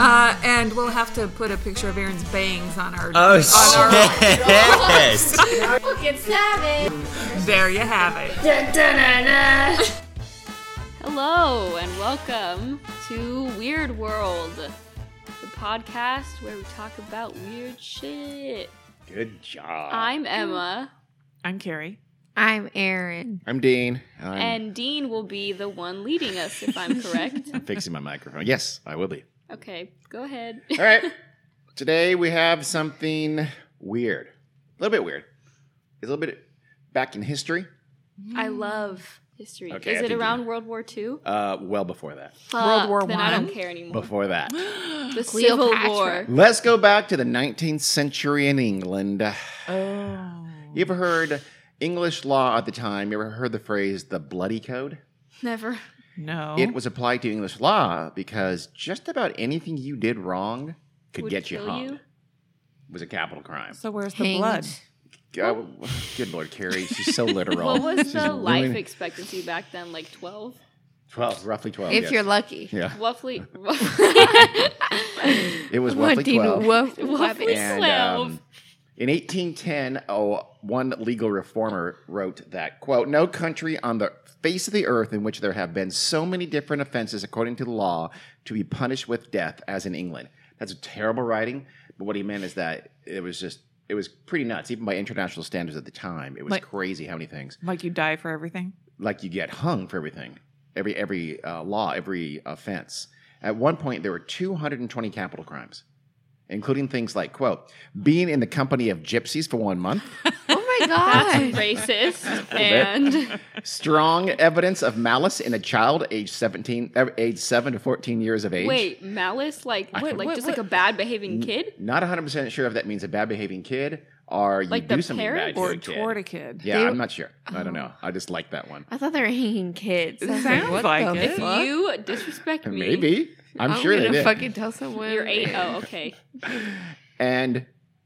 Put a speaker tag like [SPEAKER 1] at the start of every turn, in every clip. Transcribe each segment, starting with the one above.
[SPEAKER 1] Uh, and we'll have to put a picture of Aaron's bangs on our.
[SPEAKER 2] Uh,
[SPEAKER 3] Oh
[SPEAKER 1] on our-
[SPEAKER 3] shit!
[SPEAKER 4] Look, it's seven.
[SPEAKER 1] there you have it.
[SPEAKER 5] Hello and welcome to Weird World, the podcast where we talk about weird shit.
[SPEAKER 2] Good job.
[SPEAKER 5] I'm Emma,
[SPEAKER 1] I'm Carrie.
[SPEAKER 4] I'm Aaron.
[SPEAKER 2] I'm Dean. I'm
[SPEAKER 5] and Dean will be the one leading us, if I'm correct.
[SPEAKER 2] fixing my microphone. Yes, I will be.
[SPEAKER 5] okay, go ahead.
[SPEAKER 2] All right. Today we have something weird. A little bit weird. A little bit back in history.
[SPEAKER 5] I love history.
[SPEAKER 2] Okay, I
[SPEAKER 5] Is it
[SPEAKER 2] think you-
[SPEAKER 5] around World War II?
[SPEAKER 2] Uh, well before that.
[SPEAKER 5] Fuck,
[SPEAKER 1] War
[SPEAKER 5] Then I
[SPEAKER 1] One?
[SPEAKER 5] don't care anymore.
[SPEAKER 2] Before that.
[SPEAKER 5] The Civil
[SPEAKER 4] Cleopatra.
[SPEAKER 5] War.
[SPEAKER 2] Let's go back to the 19th century in England.
[SPEAKER 1] Oh.
[SPEAKER 2] You ever heard English law at the time? You ever heard the phrase the bloody code?
[SPEAKER 5] Never.
[SPEAKER 1] No.
[SPEAKER 5] Oh.
[SPEAKER 2] It was applied to English law because just about anything you did wrong could
[SPEAKER 5] Would
[SPEAKER 2] get you
[SPEAKER 5] kill
[SPEAKER 2] hung.
[SPEAKER 5] you?
[SPEAKER 2] It was a capital crime.
[SPEAKER 1] so where's the
[SPEAKER 4] Hanged.
[SPEAKER 1] blood?
[SPEAKER 2] God, good Lord, Carrie, she's so literal.
[SPEAKER 5] What was
[SPEAKER 2] She's
[SPEAKER 5] the life
[SPEAKER 2] ruining-
[SPEAKER 5] expectancy back then? Like 12?
[SPEAKER 2] Twelve, roughly twelve.
[SPEAKER 4] if
[SPEAKER 2] yes.
[SPEAKER 4] you're lucky.
[SPEAKER 2] yeah,
[SPEAKER 5] Roughly.
[SPEAKER 2] it was roughly twelve.
[SPEAKER 5] Roughly
[SPEAKER 2] And,
[SPEAKER 5] 12.
[SPEAKER 2] um, in 1810, oh, one legal reformer wrote that quote: "No country on the face of the earth in which there have been so many different offenses according to the law to be punished with death as in England." That's a terrible writing, but what he meant is that it was just it was pretty nuts, even by international standards at the time. It was
[SPEAKER 1] Like-
[SPEAKER 2] crazy how many things
[SPEAKER 1] Like you die for everything?
[SPEAKER 2] like you get hung for everything, every every uh, law, every offense. At one point, there were 220 capital crimes, including things like quote being in the company of gypsies for one month,
[SPEAKER 4] Oh my
[SPEAKER 5] That's
[SPEAKER 4] god.
[SPEAKER 5] racist
[SPEAKER 2] bit.
[SPEAKER 5] and
[SPEAKER 2] strong evidence of malice in a child aged 17, eh, age seven to 14 years of age.
[SPEAKER 5] wait malice like
[SPEAKER 2] I
[SPEAKER 5] what
[SPEAKER 2] think-
[SPEAKER 5] like just like a bad behaving kid
[SPEAKER 2] Not 100 percent sure if that means a bad behaving kid or you
[SPEAKER 5] Like the
[SPEAKER 2] do something bad
[SPEAKER 5] parent?
[SPEAKER 2] to
[SPEAKER 1] Or
[SPEAKER 2] a kid.
[SPEAKER 1] toward a kid?
[SPEAKER 2] Yeah,
[SPEAKER 4] They- Oh.
[SPEAKER 2] I'm not sure. I don't know. I just like that one.
[SPEAKER 4] I thought they were hanging kids.
[SPEAKER 1] It
[SPEAKER 4] I was
[SPEAKER 1] sounds like
[SPEAKER 4] the
[SPEAKER 1] it.
[SPEAKER 4] fuck?
[SPEAKER 1] What?
[SPEAKER 5] you disrespect me
[SPEAKER 2] Maybe. I'm
[SPEAKER 4] I'm
[SPEAKER 2] sure they
[SPEAKER 4] gonna
[SPEAKER 2] did.
[SPEAKER 4] fucking tell someone.
[SPEAKER 5] you're eight oh okay
[SPEAKER 2] and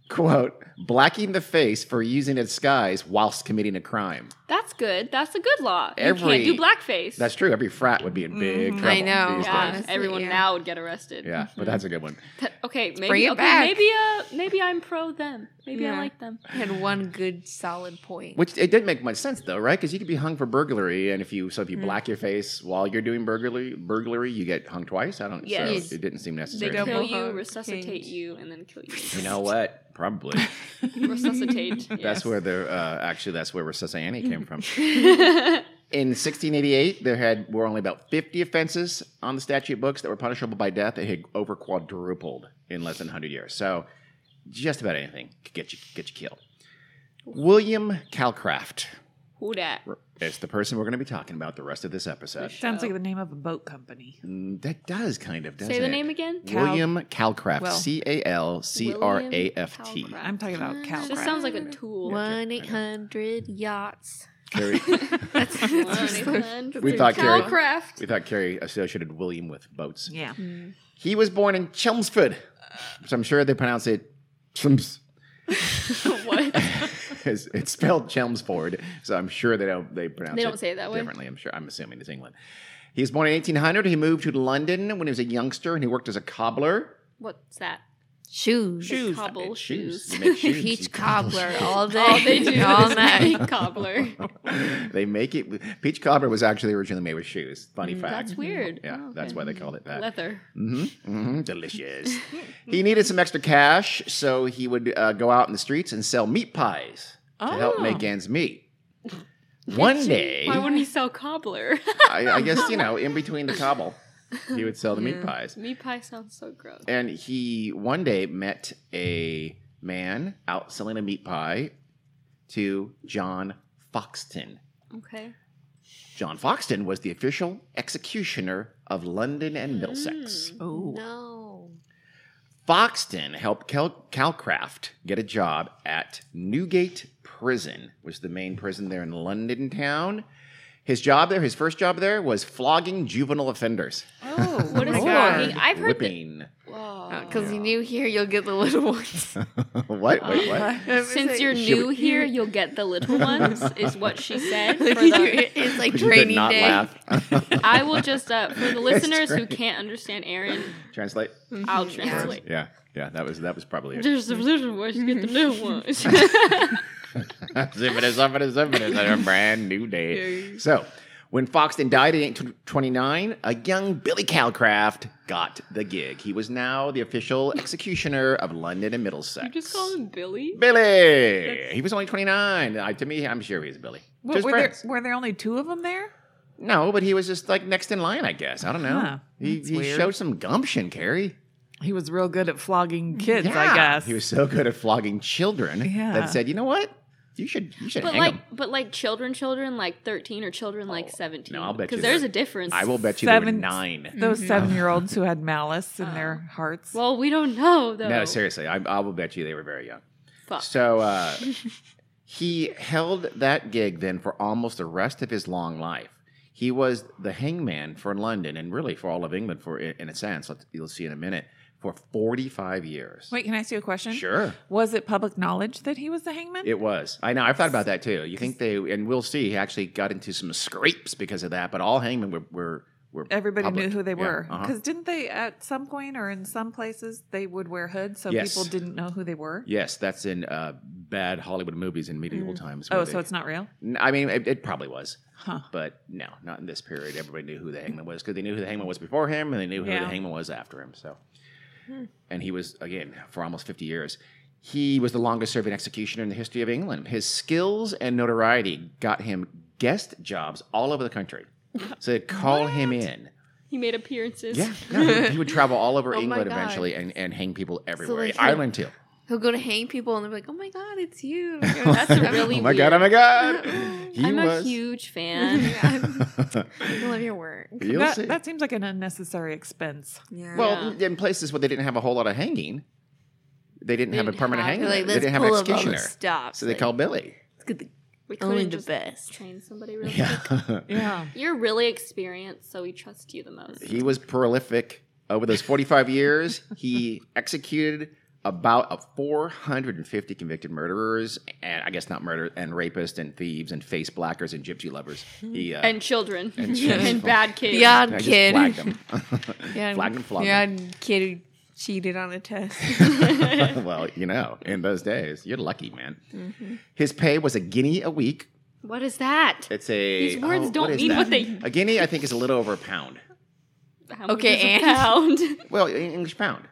[SPEAKER 2] quote blacking the face for using a disguise whilst committing a crime
[SPEAKER 5] that's good that's a good law you
[SPEAKER 2] Every-
[SPEAKER 5] can't do blackface
[SPEAKER 2] that's true every frat would be in big
[SPEAKER 1] Mhm.
[SPEAKER 2] trouble
[SPEAKER 4] I know.
[SPEAKER 2] these
[SPEAKER 5] Mm-hmm. yeah,
[SPEAKER 2] days.
[SPEAKER 4] Honestly,
[SPEAKER 5] everyone
[SPEAKER 4] yeah.
[SPEAKER 5] now would get arrested
[SPEAKER 2] yeah but that's a good one
[SPEAKER 5] That- okay maybe
[SPEAKER 4] bring it
[SPEAKER 5] okay,
[SPEAKER 4] back.
[SPEAKER 5] maybe uh maybe i'm pro them maybe
[SPEAKER 4] Yeah.
[SPEAKER 5] i like them
[SPEAKER 4] I had one good solid point.
[SPEAKER 2] which it did make much sense though right because you could be hung for burglary and if you so if
[SPEAKER 5] Mm.
[SPEAKER 2] you black your face while you're doing burglary burglary you get hung twice i don't
[SPEAKER 5] Yes.
[SPEAKER 2] so it didn't seem
[SPEAKER 5] they
[SPEAKER 2] necessary
[SPEAKER 1] Double
[SPEAKER 5] kill you
[SPEAKER 4] hung,
[SPEAKER 5] resuscitate
[SPEAKER 4] hanged.
[SPEAKER 5] you and then kill you
[SPEAKER 2] you know what probably
[SPEAKER 5] resuscitate
[SPEAKER 2] that's
[SPEAKER 5] yes.
[SPEAKER 2] where the uh, actually that's where Annie came from In 1688, there had were only about 50 offenses on the statute books that were punishable by death. It had over quadrupled in less than 100 years. So, just about anything could get you get you killed. William Calcraft
[SPEAKER 5] who that
[SPEAKER 2] is the person we're going to be talking about the rest of this episode.
[SPEAKER 1] Sounds like the name of a boat company.
[SPEAKER 2] Mm, That does kind of doesn't
[SPEAKER 5] say the
[SPEAKER 2] it?
[SPEAKER 5] name again
[SPEAKER 1] Cal-
[SPEAKER 2] William Calcraft.
[SPEAKER 1] Well.
[SPEAKER 2] C A L C R A F T.
[SPEAKER 5] William Calcraft.
[SPEAKER 1] I'm talking
[SPEAKER 4] Mm.
[SPEAKER 1] about cow
[SPEAKER 5] this
[SPEAKER 1] crap.
[SPEAKER 5] sounds like a tool
[SPEAKER 4] One eight hundred yachts.
[SPEAKER 2] Carrie-
[SPEAKER 4] That's, that's
[SPEAKER 2] We thought Carrie-
[SPEAKER 5] Calcraft.
[SPEAKER 2] We thought Carrie associated William with boats.
[SPEAKER 1] yeah.
[SPEAKER 2] He was born in Chelmsford, which I'm sure they pronounce it Chums.
[SPEAKER 5] what?
[SPEAKER 2] It's, it's spelled Chelmsford, so I'm sure they don't they pronounce
[SPEAKER 5] They don't
[SPEAKER 2] it
[SPEAKER 5] say it that way?
[SPEAKER 2] differently. I'm sure. I'm assuming it's England. He was born in 1800. He moved to London when he was a youngster, and he worked as a cobbler.
[SPEAKER 5] What's that?
[SPEAKER 4] Shoes.
[SPEAKER 1] Shoes.
[SPEAKER 5] Cobble shoes.
[SPEAKER 2] They make shoes.
[SPEAKER 4] Peach
[SPEAKER 2] You-
[SPEAKER 4] cobbler all day.
[SPEAKER 5] All Oh, they do
[SPEAKER 4] all
[SPEAKER 5] is
[SPEAKER 4] night.
[SPEAKER 5] make cobbler.
[SPEAKER 2] they make it. with- Peach cobbler was actually originally made with shoes. Funny fact.
[SPEAKER 5] Mm, That's weird.
[SPEAKER 2] Yeah,
[SPEAKER 5] Oh,
[SPEAKER 2] that's
[SPEAKER 5] okay.
[SPEAKER 2] why they called it that.
[SPEAKER 5] Leather.
[SPEAKER 2] hmm hmm Delicious. he needed some extra cash, so he would uh, go out in the streets and sell meat pies to help
[SPEAKER 1] Oh.
[SPEAKER 2] make ends meet. One day,
[SPEAKER 5] Why wouldn't he sell cobbler?
[SPEAKER 2] I, I guess you know, in between the cobble, he would sell the meat pies.
[SPEAKER 5] Meat pie sounds so gross.
[SPEAKER 2] And he one day met a man out selling a meat pie to John Foxton.
[SPEAKER 5] Okay.
[SPEAKER 2] John Foxton was the official executioner of London and Middlesex.
[SPEAKER 4] Mm.
[SPEAKER 6] Oh.
[SPEAKER 4] No.
[SPEAKER 2] Foxton helped Cal- Calcraft get a job at Newgate Prison, which is the main prison there in London town. His job there, his first job there, was flogging juvenile offenders.
[SPEAKER 5] Oh, what is
[SPEAKER 4] my
[SPEAKER 5] flogging?
[SPEAKER 4] God.
[SPEAKER 5] I've heard that.
[SPEAKER 2] whipping.
[SPEAKER 5] Whoa.
[SPEAKER 4] Because you knew here, you'll get the little ones.
[SPEAKER 2] what? Wait, what?
[SPEAKER 5] Since you're
[SPEAKER 2] Should
[SPEAKER 5] new
[SPEAKER 2] we-
[SPEAKER 5] here, you'll get the little ones, is what she said. For the,
[SPEAKER 4] it's like
[SPEAKER 2] You
[SPEAKER 4] training
[SPEAKER 2] could not
[SPEAKER 4] day.
[SPEAKER 2] laugh.
[SPEAKER 5] I will just, uh, for the
[SPEAKER 2] It's
[SPEAKER 5] listeners who
[SPEAKER 2] great.
[SPEAKER 5] can't understand Aaron,
[SPEAKER 2] Translate.
[SPEAKER 5] I'll translate.
[SPEAKER 2] Yeah, yeah. That was that was probably it.
[SPEAKER 5] There's the little ones, you get the new ones.
[SPEAKER 2] zipping it, zipping it, zipping it. A brand new day. So, when Foxton died at age tw- 29, a young Billy Calcraft got the gig. He was now the official executioner of London and Middlesex.
[SPEAKER 5] you just call him Billy?
[SPEAKER 2] Billy. He was only 29. I, to me, I'm sure he was Billy.
[SPEAKER 6] What,
[SPEAKER 2] just
[SPEAKER 6] were, there,
[SPEAKER 2] friends.
[SPEAKER 6] were there only two of them there?
[SPEAKER 2] No, but he was just like next in line, I guess. I don't know.
[SPEAKER 6] Huh.
[SPEAKER 2] He,
[SPEAKER 6] That's
[SPEAKER 2] he
[SPEAKER 6] weird.
[SPEAKER 2] showed some gumption, Carrie.
[SPEAKER 6] He was real good at
[SPEAKER 4] Mm,
[SPEAKER 6] flogging kids,
[SPEAKER 2] Yeah.
[SPEAKER 6] I guess.
[SPEAKER 2] He was so good at flogging children
[SPEAKER 6] Yeah.
[SPEAKER 2] that said, you know what? You should you should
[SPEAKER 5] But
[SPEAKER 2] hang
[SPEAKER 5] like,
[SPEAKER 2] 'em."
[SPEAKER 5] but like children, children like thirteen or children like seventeen.
[SPEAKER 2] Oh, no, I'll bet you
[SPEAKER 5] because there's
[SPEAKER 2] they're-
[SPEAKER 5] a difference.
[SPEAKER 2] I will bet you they were
[SPEAKER 6] Seven-
[SPEAKER 2] nine.
[SPEAKER 6] Those
[SPEAKER 4] Mm-hmm.
[SPEAKER 6] seven year olds who had malice
[SPEAKER 4] Oh.
[SPEAKER 6] in their hearts.
[SPEAKER 5] Well, we don't know though.
[SPEAKER 2] No, seriously, I, I will bet you they were very young.
[SPEAKER 5] Fuck.
[SPEAKER 2] So uh, he held that gig then for almost the rest of his long life. He was the hangman for London and really for all of England, for in a sense. Let's, you'll see in a minute for forty-five years.
[SPEAKER 6] Wait, can I ask you a question?
[SPEAKER 2] Sure,
[SPEAKER 6] Was it public knowledge that he was the hangman?
[SPEAKER 2] it was. I know. I've thought about that too. You think they? And we'll see. He actually got into some scrapes because of that. But all hangmen were were, were
[SPEAKER 6] Everybody
[SPEAKER 2] public.
[SPEAKER 6] knew who they
[SPEAKER 2] Yeah,
[SPEAKER 6] were.
[SPEAKER 2] uh-huh.
[SPEAKER 6] Because didn't they, at some point or in some places, they would wear hoods so
[SPEAKER 2] Yes.
[SPEAKER 6] people didn't know who they were?
[SPEAKER 2] Yes, that's in uh, bad Hollywood movies in medieval times. where
[SPEAKER 6] Oh,
[SPEAKER 2] they-
[SPEAKER 6] so it's not real?
[SPEAKER 2] N- I mean, it, it probably was,
[SPEAKER 6] Huh.
[SPEAKER 2] but no, not in this period. Everybody knew who the hangman was because they knew who the hangman was before him, and they knew who the
[SPEAKER 6] Yeah. Hmm.
[SPEAKER 2] hangman was after him. So, and he was again for almost fifty years. He was the longest-serving executioner in the history of England. His skills and notoriety got him guest jobs all over the country. So they'd call him in.
[SPEAKER 5] he made appearances.
[SPEAKER 2] Yeah, no, he would travel all over
[SPEAKER 4] Oh my
[SPEAKER 2] England
[SPEAKER 4] God.
[SPEAKER 2] eventually and, and hang people everywhere,
[SPEAKER 4] like, he-
[SPEAKER 2] Ireland too.
[SPEAKER 4] He'll go to hang people and they'll be like, oh my God, it's you.
[SPEAKER 5] That's a really.
[SPEAKER 2] oh my god! Oh my god! He
[SPEAKER 5] I'm
[SPEAKER 2] was.
[SPEAKER 5] a huge fan.
[SPEAKER 4] I love your work.
[SPEAKER 2] You'll
[SPEAKER 6] That,
[SPEAKER 2] see.
[SPEAKER 6] that seems like an unnecessary expense.
[SPEAKER 1] Yeah.
[SPEAKER 2] Well, in places where they didn't have a whole lot of hanging, they didn't
[SPEAKER 5] They
[SPEAKER 2] have a
[SPEAKER 5] didn't
[SPEAKER 2] permanent
[SPEAKER 5] have-
[SPEAKER 2] hanging.
[SPEAKER 4] They're like,
[SPEAKER 2] they
[SPEAKER 4] let's
[SPEAKER 2] didn't have an
[SPEAKER 4] pull up all the
[SPEAKER 2] executioner.
[SPEAKER 4] stops.
[SPEAKER 2] So they
[SPEAKER 4] like,
[SPEAKER 2] call Billy.
[SPEAKER 4] let's get the,
[SPEAKER 5] we couldn't
[SPEAKER 4] only the
[SPEAKER 5] just
[SPEAKER 4] best.
[SPEAKER 5] train somebody really
[SPEAKER 2] Yeah.
[SPEAKER 5] quick.
[SPEAKER 6] Yeah.
[SPEAKER 5] You're really experienced, so we trust you the most.
[SPEAKER 2] he was prolific. Over those 45 years, he executed about uh, a 450 convicted murderers, and I guess not murder, and rapists, and thieves, and face blackers, and gypsy lovers. He, uh,
[SPEAKER 5] and children and,
[SPEAKER 2] children.
[SPEAKER 5] bad kids.
[SPEAKER 4] Yeah,
[SPEAKER 2] I just
[SPEAKER 4] kid.
[SPEAKER 2] flagged him.
[SPEAKER 4] Yeah,
[SPEAKER 2] flagged him, flogged
[SPEAKER 4] yeah, kid who cheated on a test.
[SPEAKER 2] well, you know, in those days, you're lucky, man.
[SPEAKER 5] Mm-hmm.
[SPEAKER 2] His pay was a guinea a week.
[SPEAKER 5] What is that?
[SPEAKER 2] It's a. oh,
[SPEAKER 5] These words
[SPEAKER 2] what
[SPEAKER 5] don't
[SPEAKER 2] is
[SPEAKER 5] mean
[SPEAKER 2] that?
[SPEAKER 5] what they-
[SPEAKER 2] A guinea, I think, is a little over a pound.
[SPEAKER 5] How much
[SPEAKER 4] Okay,
[SPEAKER 5] is a
[SPEAKER 4] and-
[SPEAKER 5] pound?
[SPEAKER 2] Well, in English pound.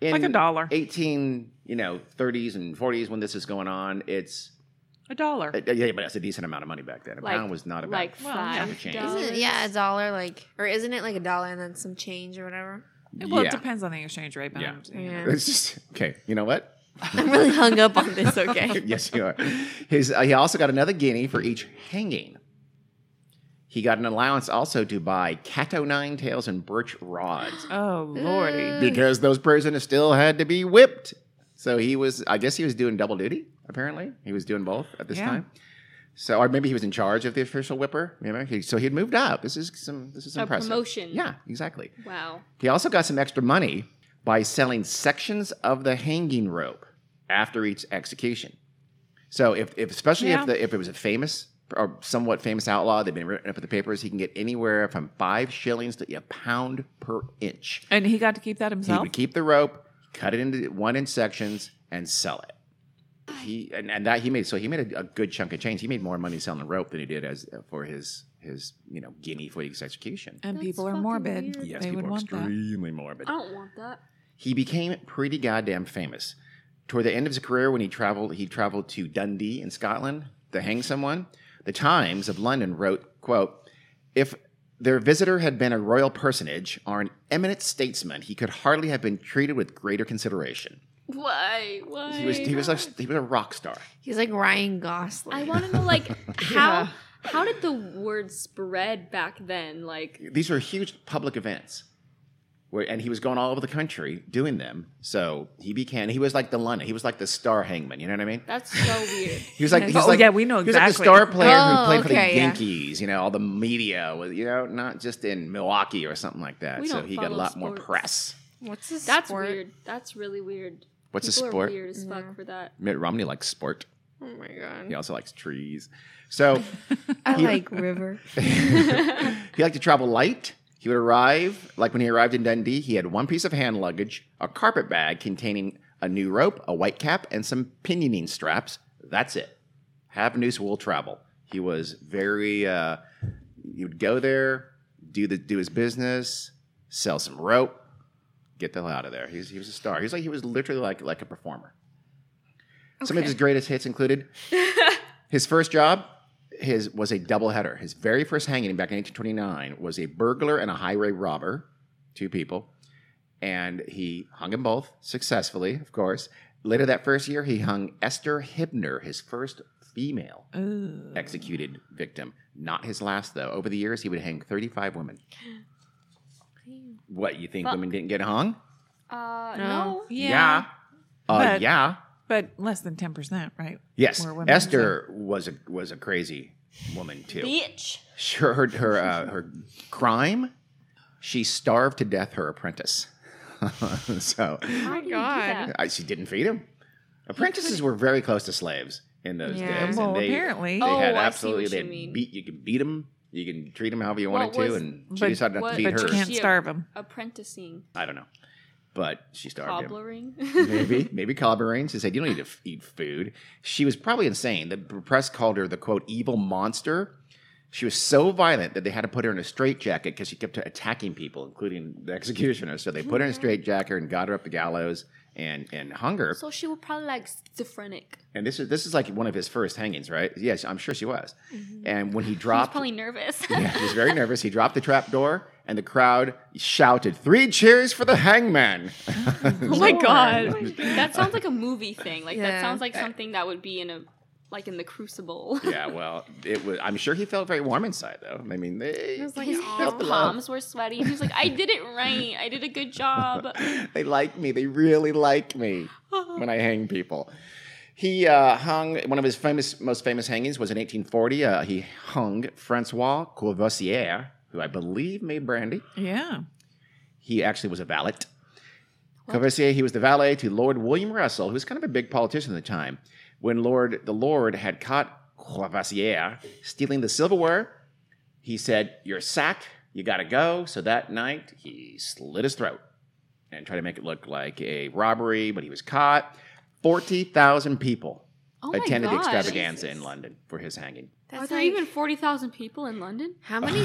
[SPEAKER 2] In
[SPEAKER 6] Like a dollar.
[SPEAKER 2] Eighteen, you know, thirties and forties when this is going on, it's
[SPEAKER 6] A dollar.
[SPEAKER 2] uh, yeah, but it's a decent amount of money back then. A
[SPEAKER 5] Like-
[SPEAKER 2] pound was not a bad
[SPEAKER 5] like
[SPEAKER 2] chunk
[SPEAKER 5] five
[SPEAKER 2] of change.
[SPEAKER 5] dollars.
[SPEAKER 4] Isn't it- yeah, a dollar, like, or isn't it like a dollar and then some change or whatever?
[SPEAKER 6] Well,
[SPEAKER 2] yeah.
[SPEAKER 6] it depends on the exchange rate. but
[SPEAKER 2] Yeah.
[SPEAKER 6] I'm-
[SPEAKER 4] Yeah.
[SPEAKER 2] It's just okay. You know what?
[SPEAKER 4] I'm really hung up on this, okay?
[SPEAKER 2] yes, you are. His uh, he also got another guinea for each hanging. He got an allowance also to buy cat o' nine tails and birch rods
[SPEAKER 6] Oh, lordy.
[SPEAKER 2] because those prisoners still had to be whipped. So he was, I guess he was doing double duty, apparently. He was doing both at this
[SPEAKER 6] Yeah.
[SPEAKER 2] time. So, or maybe he was in charge of the official whipper. You know, he, so he'd moved up. This is some, this is
[SPEAKER 5] A
[SPEAKER 2] impressive.
[SPEAKER 5] promotion.
[SPEAKER 2] Yeah, exactly.
[SPEAKER 5] Wow.
[SPEAKER 2] He also got some extra money by selling sections of the hanging rope after each execution. So, if, if especially
[SPEAKER 6] Yeah.
[SPEAKER 2] if the, if it was a famous or somewhat famous outlaw, they've been written up in the papers. He can get anywhere from five shillings to a pound per inch.
[SPEAKER 6] And he got to keep that
[SPEAKER 2] He
[SPEAKER 6] himself?
[SPEAKER 2] would keep the rope, cut it into one inch sections, and sell it. He and, and that he made so he made a, a good chunk of change. He made more money selling rope than he did as for his his you know guinea for his execution.
[SPEAKER 6] and people are
[SPEAKER 5] fucking
[SPEAKER 6] morbid.
[SPEAKER 5] weird.
[SPEAKER 2] Yes,
[SPEAKER 6] they
[SPEAKER 2] people
[SPEAKER 6] would
[SPEAKER 2] are
[SPEAKER 6] want that.
[SPEAKER 2] extremely morbid.
[SPEAKER 5] I don't want that.
[SPEAKER 2] He became pretty goddamn famous. Toward the end of his career, when he traveled, he traveled to Dundee in Scotland to hang someone. The Times of London wrote, "quote If their visitor had been a royal personage or an eminent statesman, he could hardly have been treated with greater consideration."
[SPEAKER 5] Why? Why?
[SPEAKER 2] He was he was a, he was a rock star.
[SPEAKER 4] He's like Ryan Gosling.
[SPEAKER 5] I want to know like how How did the word spread back then? Like,
[SPEAKER 2] These were huge public events. Where, and he was going all over the country doing them. So he became, he was like the London. He was like the star hangman. You know what I mean?
[SPEAKER 5] that's so weird.
[SPEAKER 2] He was like, he's
[SPEAKER 6] Oh,
[SPEAKER 2] like,
[SPEAKER 6] yeah, we know
[SPEAKER 2] he was like
[SPEAKER 6] exactly.
[SPEAKER 2] the star player who
[SPEAKER 4] Oh,
[SPEAKER 2] played for the
[SPEAKER 4] okay, yeah.
[SPEAKER 2] Yankees. You know, all the media was, you know, not just in Milwaukee or something like that.
[SPEAKER 5] We
[SPEAKER 2] so
[SPEAKER 5] don't
[SPEAKER 2] he got a
[SPEAKER 5] follow
[SPEAKER 2] lot more
[SPEAKER 5] sports.
[SPEAKER 2] press.
[SPEAKER 4] What's this?
[SPEAKER 5] That's
[SPEAKER 4] sport?
[SPEAKER 5] weird. That's really weird.
[SPEAKER 2] What's a
[SPEAKER 5] People are
[SPEAKER 2] sport?
[SPEAKER 5] weird as fuck for that.
[SPEAKER 2] Mitt Romney likes sport.
[SPEAKER 4] Oh my god.
[SPEAKER 6] Mm.
[SPEAKER 2] He also likes trees. So
[SPEAKER 4] I like river.
[SPEAKER 2] he liked to travel light. He would arrive, like when he arrived in Dundee, he had one piece of hand luggage, a carpet bag containing a new rope, a white cap, and some pinioning straps. That's it. Have noose will travel. He was very, uh, he would go there, do the do his business, sell some rope, get the hell out of there. He was, he was a star. He was like he was literally like like a performer. Some of his greatest hits included his first job his was a doubleheader. His very first hanging back in 1829 was a burglar and a highway robber, two people, and he hung them both successfully, of course. Later that first year, he hung Esther Hibner, his first female executed victim. Not his last, though. Over the years, he would hang 35 women. What, you think
[SPEAKER 5] Fuck.
[SPEAKER 2] women didn't get hung?
[SPEAKER 5] Uh,
[SPEAKER 4] No.
[SPEAKER 5] no.
[SPEAKER 6] Yeah.
[SPEAKER 2] Uh,
[SPEAKER 6] But-
[SPEAKER 2] yeah.
[SPEAKER 6] But less than 10%, right?
[SPEAKER 2] Yes.
[SPEAKER 6] Were women,
[SPEAKER 2] Esther was a, was a crazy woman, too.
[SPEAKER 5] Bitch.
[SPEAKER 2] Sure, her her, uh, her crime. She starved to death her apprentice. so
[SPEAKER 5] How do you do
[SPEAKER 4] God.
[SPEAKER 5] that?
[SPEAKER 2] I, she didn't feed him. Apprentices were very close to slaves in those
[SPEAKER 4] Yeah.
[SPEAKER 2] days. and
[SPEAKER 6] Well,
[SPEAKER 2] they,
[SPEAKER 6] apparently.
[SPEAKER 2] they
[SPEAKER 5] Oh,
[SPEAKER 2] had
[SPEAKER 5] I see
[SPEAKER 2] absolutely.
[SPEAKER 5] what you
[SPEAKER 2] they
[SPEAKER 5] mean.
[SPEAKER 2] beat you can beat them. You can treat them however you
[SPEAKER 5] What
[SPEAKER 2] wanted to,
[SPEAKER 5] was-
[SPEAKER 2] and she
[SPEAKER 6] But-
[SPEAKER 2] decided not
[SPEAKER 5] what-
[SPEAKER 2] to
[SPEAKER 6] But
[SPEAKER 2] feed
[SPEAKER 6] you
[SPEAKER 2] hers.
[SPEAKER 6] can't
[SPEAKER 5] Yeah.
[SPEAKER 6] starve them.
[SPEAKER 5] Apprenticing.
[SPEAKER 2] I don't know, but she starved him.
[SPEAKER 5] Cobbling.
[SPEAKER 2] maybe maybe cobbering. She said, "You don't need to f- eat food." She was probably insane. The press called her the quote evil monster. She was so violent that they had to put her in a straitjacket because she kept attacking people, including the executioner. So they put her in a straitjacket and got her up the gallows and and hung her.
[SPEAKER 5] so she was probably like schizophrenic.
[SPEAKER 2] And this is this is like one of his first hangings, right? Yes, I'm sure she was. And when he
[SPEAKER 5] She's
[SPEAKER 2] dropped,
[SPEAKER 5] Mm-hmm. probably nervous.
[SPEAKER 2] yeah, he was very nervous. He dropped the trap door, and the crowd shouted, Three cheers for the hangman!"
[SPEAKER 5] oh my god. that sounds like a movie thing. Like that
[SPEAKER 4] Yeah.
[SPEAKER 5] sounds like something that would be in a like in the crucible.
[SPEAKER 2] yeah, well, it was. I'm sure he felt very warm inside, though. I mean, they
[SPEAKER 5] His
[SPEAKER 2] felt the love.
[SPEAKER 5] palms were sweaty. He was like, I did it right. I did a good job.
[SPEAKER 2] they like me. They really like me when I hang people. He uh, hung one of his famous, most famous hangings was in 1840. Uh, he hung Francois Courvoisier, who I believe made brandy.
[SPEAKER 6] Yeah.
[SPEAKER 2] He actually was a valet. Courvoisier, he was the valet to Lord William Russell, who was kind of a big politician at the time. When Lord the Lord had caught Courvoisier stealing the silverware, he said, "You're sacked. You gotta go." So that night, he slit his throat and tried to make it look like a robbery, but he was caught. Forty thousand people
[SPEAKER 5] Oh my
[SPEAKER 2] attended the
[SPEAKER 5] God.
[SPEAKER 2] extravaganza in
[SPEAKER 5] Jesus.
[SPEAKER 2] London for his hanging.
[SPEAKER 5] Are
[SPEAKER 4] That's
[SPEAKER 5] there
[SPEAKER 4] like,
[SPEAKER 5] even 40,000 people in London?
[SPEAKER 4] how many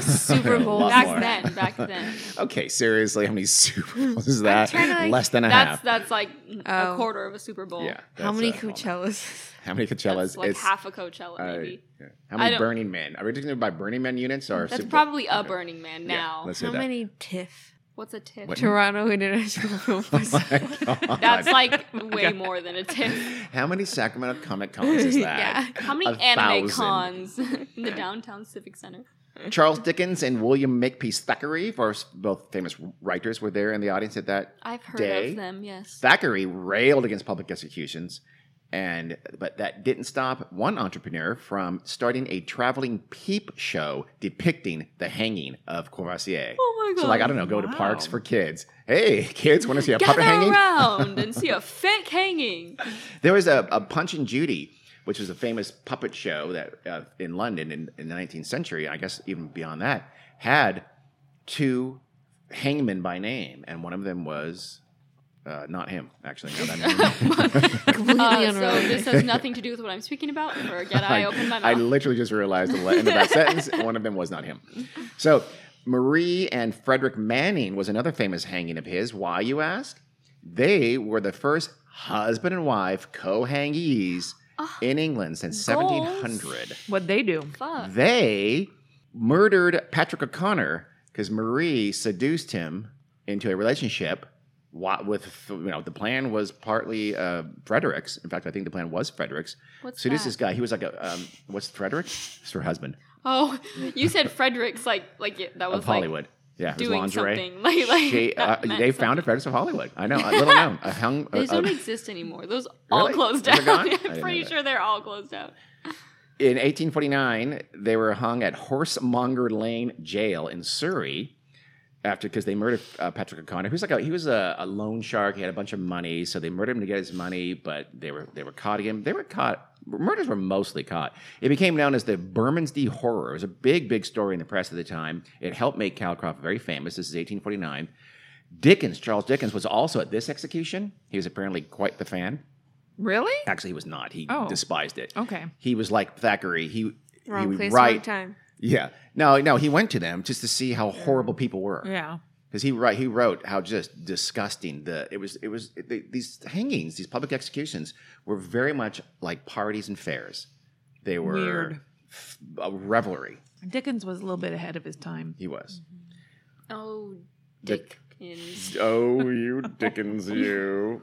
[SPEAKER 4] Super
[SPEAKER 2] A
[SPEAKER 4] Bowls?
[SPEAKER 2] lot
[SPEAKER 5] Back
[SPEAKER 2] more.
[SPEAKER 5] then, back then.
[SPEAKER 2] Okay, seriously, how many Super Bowls is that?
[SPEAKER 4] trying to, like-
[SPEAKER 2] Less than a
[SPEAKER 5] That's
[SPEAKER 2] half.
[SPEAKER 5] that's like a
[SPEAKER 4] Oh.
[SPEAKER 5] quarter of a Super Bowl.
[SPEAKER 2] yeah.
[SPEAKER 4] How
[SPEAKER 2] that's,
[SPEAKER 4] many
[SPEAKER 2] uh,
[SPEAKER 4] Coachellas?
[SPEAKER 2] How many Coachellas?
[SPEAKER 5] That's like
[SPEAKER 2] It's-
[SPEAKER 5] half a Coachella
[SPEAKER 2] Uh,
[SPEAKER 5] maybe.
[SPEAKER 2] yeah. How
[SPEAKER 5] I
[SPEAKER 2] many
[SPEAKER 5] don't-
[SPEAKER 2] Burning Man? Are we talking about Burning Man units or
[SPEAKER 5] That's
[SPEAKER 2] Super-
[SPEAKER 5] probably a
[SPEAKER 2] okay.
[SPEAKER 5] Burning Man
[SPEAKER 2] Yeah,
[SPEAKER 5] now.
[SPEAKER 2] let's say
[SPEAKER 4] How
[SPEAKER 2] that.
[SPEAKER 4] many TIFF?
[SPEAKER 5] What's a tip?
[SPEAKER 2] What?
[SPEAKER 4] Toronto International Film Festival.
[SPEAKER 2] Oh my God.
[SPEAKER 5] That's like way more than a tip.
[SPEAKER 2] how many Sacramento Comic Cons is that?
[SPEAKER 5] How many
[SPEAKER 2] A
[SPEAKER 5] anime
[SPEAKER 2] thousand.
[SPEAKER 5] cons in the downtown civic center?
[SPEAKER 2] Charles Dickens and William Makepeace Thackeray, for both famous writers, were there in the audience at that.
[SPEAKER 5] I've heard
[SPEAKER 2] Day.
[SPEAKER 5] of them. Yes.
[SPEAKER 2] Thackeray railed against public executions, and but that didn't stop one entrepreneur from starting a traveling peep show depicting the hanging of Courvoisier.
[SPEAKER 5] Oh my
[SPEAKER 2] So,
[SPEAKER 5] God.
[SPEAKER 2] like, I don't know, go to parks for kids. Hey, kids, want to see a
[SPEAKER 5] Gather
[SPEAKER 2] puppet hanging?
[SPEAKER 5] around and see a fake hanging.
[SPEAKER 2] There was a, a Punch and Judy, which was a famous puppet show that uh, in London in, in the 19th century, and I guess even beyond that, had two hangmen by name, and one of them was uh, not him, actually. No, that
[SPEAKER 4] Completely
[SPEAKER 5] Uh, so
[SPEAKER 4] unrelated.
[SPEAKER 5] this has nothing to do with what I'm speaking about. Forget I opened my
[SPEAKER 2] I
[SPEAKER 5] mouth.
[SPEAKER 2] literally just realized at the end of that sentence, one of them was not him. So Marie and Frederick Manning was another famous hanging of his. Why, you ask? They were the first husband and wife co-hangees in England since
[SPEAKER 5] Ah, goals.
[SPEAKER 2] 1700.
[SPEAKER 6] What they do.
[SPEAKER 5] Fuck.
[SPEAKER 2] they murdered Patrick O'Connor because Marie seduced him into a relationship. wa- With you know, the plan was partly uh, Frederick's. In fact, I think the plan was Frederick's.
[SPEAKER 5] What's
[SPEAKER 2] Seduced
[SPEAKER 5] that?
[SPEAKER 2] this guy. He was like a um, what's Frederick? It's her husband.
[SPEAKER 5] Oh, you said Frederick's like like it- that was
[SPEAKER 2] of Hollywood. yeah,
[SPEAKER 5] like
[SPEAKER 2] his
[SPEAKER 5] doing
[SPEAKER 2] lingerie.
[SPEAKER 5] something. Like, like
[SPEAKER 2] She-
[SPEAKER 5] that
[SPEAKER 2] uh,
[SPEAKER 5] meant
[SPEAKER 2] they found a Frederick's of Hollywood. I know, uh, little known. I hung.
[SPEAKER 5] something. These
[SPEAKER 2] uh,
[SPEAKER 5] don't
[SPEAKER 2] uh,
[SPEAKER 5] exist anymore. Those all
[SPEAKER 2] Really?
[SPEAKER 5] closed
[SPEAKER 2] Those
[SPEAKER 5] down.
[SPEAKER 2] are gone? I didn't know
[SPEAKER 5] I'm pretty
[SPEAKER 2] that.
[SPEAKER 5] sure they're all closed down.
[SPEAKER 2] In 1849, they were hung at Horsemonger Lane Jail in Surrey after because they murdered uh, Patrick O'Connor, who's like a, he was a, a loan shark. He had a bunch of money, so they murdered him to get his money. But they were they were caught again. They were caught. Murders were mostly caught. It became known as the Bermondsey Horror. It was a big big story in the press at the time. It helped make Calcroft very famous. This is 1849. Dickens, Charles Dickens, was also at this execution. He was apparently quite the fan.
[SPEAKER 6] Really?
[SPEAKER 2] Actually, he was not. He
[SPEAKER 6] Oh.
[SPEAKER 2] despised it
[SPEAKER 6] Okay.
[SPEAKER 2] he was like Thackeray. He he
[SPEAKER 4] Wrong
[SPEAKER 2] would
[SPEAKER 4] place, wrong
[SPEAKER 2] write-
[SPEAKER 4] time.
[SPEAKER 2] Yeah. No, no, he went to them just to see how horrible people were.
[SPEAKER 6] Yeah.
[SPEAKER 2] Because he write, he wrote how just disgusting the it was it was they, these hangings, these public executions were very much like parties and fairs. They were
[SPEAKER 6] Weird.
[SPEAKER 2] f- a revelry.
[SPEAKER 6] Dickens was a little bit ahead of his time.
[SPEAKER 2] He was.
[SPEAKER 5] Oh,
[SPEAKER 2] The-
[SPEAKER 5] Dickens.
[SPEAKER 2] Oh, you Dickens, you.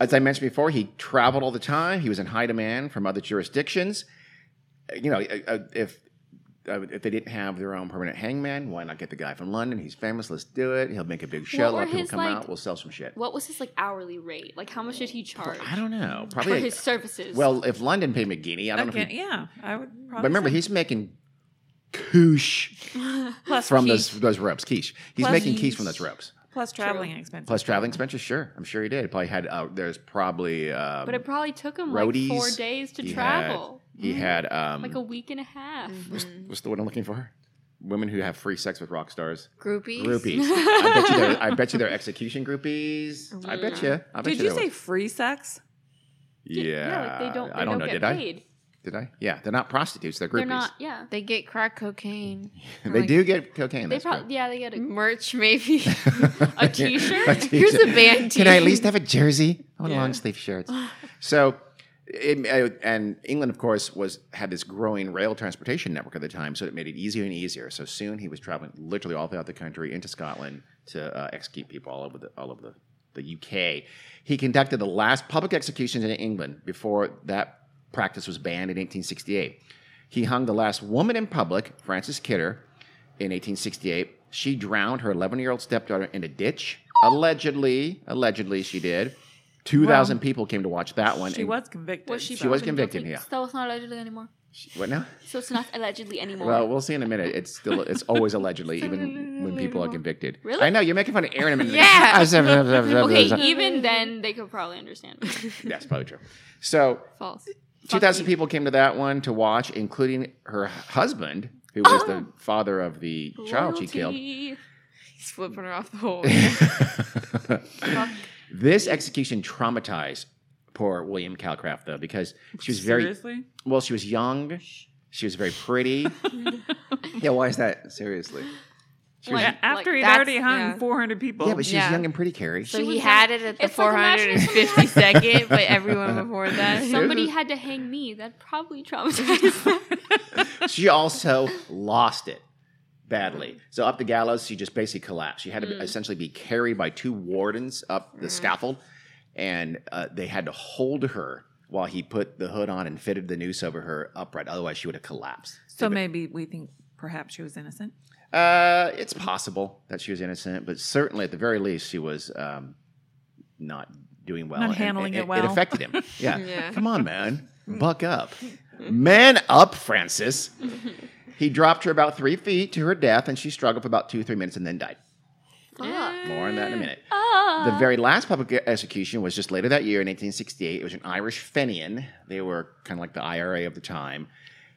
[SPEAKER 2] As I mentioned before, he traveled all the time. He was in high demand from other jurisdictions. Uh, You know, uh, uh, if uh, if they didn't have their own permanent hangman, why not get the guy from London? He's famous. Let's do it. He'll make a big show.
[SPEAKER 5] What
[SPEAKER 2] A lot
[SPEAKER 5] were
[SPEAKER 2] of people
[SPEAKER 5] his,
[SPEAKER 2] come
[SPEAKER 5] like-
[SPEAKER 2] out. We'll sell some shit.
[SPEAKER 5] What was his like hourly rate? Like how much did he charge
[SPEAKER 2] I don't know.
[SPEAKER 5] for
[SPEAKER 2] Probably.
[SPEAKER 5] his services?
[SPEAKER 2] well, if London paid McGinney, I don't know. If
[SPEAKER 6] Again,
[SPEAKER 2] he,
[SPEAKER 6] yeah, I would. Probably
[SPEAKER 2] but remember,
[SPEAKER 6] say-
[SPEAKER 2] he's making quiche
[SPEAKER 6] plus
[SPEAKER 2] from
[SPEAKER 6] quiche,
[SPEAKER 2] those those ropes. Quiche. He's
[SPEAKER 6] Plus
[SPEAKER 2] making quiche
[SPEAKER 6] quiche.
[SPEAKER 2] from those ropes.
[SPEAKER 6] plus traveling expenses.
[SPEAKER 2] Plus traveling expenses. Sure, I'm sure he did. Probably had. Uh, there's probably. Um,
[SPEAKER 5] but it probably took him
[SPEAKER 2] roadies.
[SPEAKER 5] like four days to
[SPEAKER 2] He had-
[SPEAKER 5] travel, Mm-hmm.
[SPEAKER 2] He had um,
[SPEAKER 5] like a week and a half.
[SPEAKER 2] what's the one I'm looking for? Women who have free sex with rock stars.
[SPEAKER 4] Groupies.
[SPEAKER 2] Groupies. I bet you they're I bet you they're execution groupies.
[SPEAKER 5] Oh,
[SPEAKER 2] I bet you. I bet
[SPEAKER 6] Did
[SPEAKER 2] you
[SPEAKER 6] you
[SPEAKER 2] they're-
[SPEAKER 6] say free sex?
[SPEAKER 2] Yeah.
[SPEAKER 5] like they don't. They
[SPEAKER 2] I don't, know.
[SPEAKER 5] Get
[SPEAKER 2] Did
[SPEAKER 5] paid.
[SPEAKER 2] I? Did I? Yeah. They're not prostitutes. They're groupies.
[SPEAKER 5] They're not. Yeah.
[SPEAKER 4] They get crack cocaine.
[SPEAKER 2] they do get cocaine.
[SPEAKER 5] They
[SPEAKER 2] They
[SPEAKER 5] probably. Yeah, they get
[SPEAKER 2] Mm-hmm.
[SPEAKER 5] a
[SPEAKER 4] Merch, maybe.
[SPEAKER 5] a T-shirt.
[SPEAKER 4] Here's a band
[SPEAKER 2] Can I at
[SPEAKER 4] team.
[SPEAKER 2] least have a jersey? I want long sleeve shirts. So, it, uh, and England, of course, was had this growing rail transportation network at the time, so it made it easier and easier. So soon he was traveling literally all throughout the country into Scotland to uh, execute people all over the all over the, the UK. He conducted the last public executions in England before that practice was banned in 1868. He hung the last woman in public, Frances Kidder, in 1868. She drowned her 11 year old stepdaughter in a ditch. Allegedly, allegedly, she did. 2,000 people came to watch that one.
[SPEAKER 6] She
[SPEAKER 2] and-
[SPEAKER 6] was convicted.
[SPEAKER 5] Was she?
[SPEAKER 2] She was
[SPEAKER 5] properly
[SPEAKER 2] convicted,
[SPEAKER 5] guilty?
[SPEAKER 2] yeah.
[SPEAKER 5] So it's not allegedly anymore.
[SPEAKER 2] What now?
[SPEAKER 5] So it's not allegedly anymore.
[SPEAKER 2] Well, we'll see in a minute. It's still it's always allegedly, even when people are convicted.
[SPEAKER 5] Really?
[SPEAKER 2] I know you're making fun of Aaron. and-
[SPEAKER 4] Yeah.
[SPEAKER 5] okay, even then they could probably understand.
[SPEAKER 2] That's probably true. So
[SPEAKER 5] False.
[SPEAKER 2] Two thousand people came to that one to watch, including her husband, who was the father of the child she killed.
[SPEAKER 5] Loyalty.
[SPEAKER 4] He's flipping her off the whole.
[SPEAKER 2] this execution traumatized poor William Calcraft though, because she was very
[SPEAKER 6] Seriously?
[SPEAKER 2] well. She was young. She was very pretty. yeah, why is that? Seriously.
[SPEAKER 5] Like-
[SPEAKER 6] Yeah, after
[SPEAKER 5] like
[SPEAKER 6] he'd
[SPEAKER 4] that's-
[SPEAKER 6] already hung
[SPEAKER 4] yeah.
[SPEAKER 6] 400 people.
[SPEAKER 2] Yeah, but she was
[SPEAKER 4] Yeah.
[SPEAKER 2] young and pretty, Carrie.
[SPEAKER 4] So he
[SPEAKER 5] was
[SPEAKER 4] had
[SPEAKER 5] like-
[SPEAKER 4] it at the
[SPEAKER 5] It's like imagining
[SPEAKER 4] 452nd, but everyone before that.
[SPEAKER 5] somebody had to hang me. That probably traumatized. them.
[SPEAKER 2] she also lost it badly. So up the gallows, she just basically collapsed. She had to essentially be carried by two wardens up the scaffold, and uh, they had to hold her while he put the hood on and fitted the noose over her upright. Otherwise, she would have collapsed.
[SPEAKER 6] so maybe we think perhaps she was innocent.
[SPEAKER 2] Uh, it's possible that she was innocent, but certainly at the very least, she was um, not doing well.
[SPEAKER 6] Not
[SPEAKER 2] and-
[SPEAKER 6] handling
[SPEAKER 2] and-
[SPEAKER 6] it well.
[SPEAKER 2] It affected him. Yeah.
[SPEAKER 4] Yeah.
[SPEAKER 2] Come on, man. Buck up. Man up, Francis. He dropped her about three feet to her death, and she struggled for about two, three minutes and then died. More on that in a minute.
[SPEAKER 6] Ah.
[SPEAKER 2] The very last public execution was just later that year in 1868. It was an Irish Fenian. They were kind of like the IRA of the time.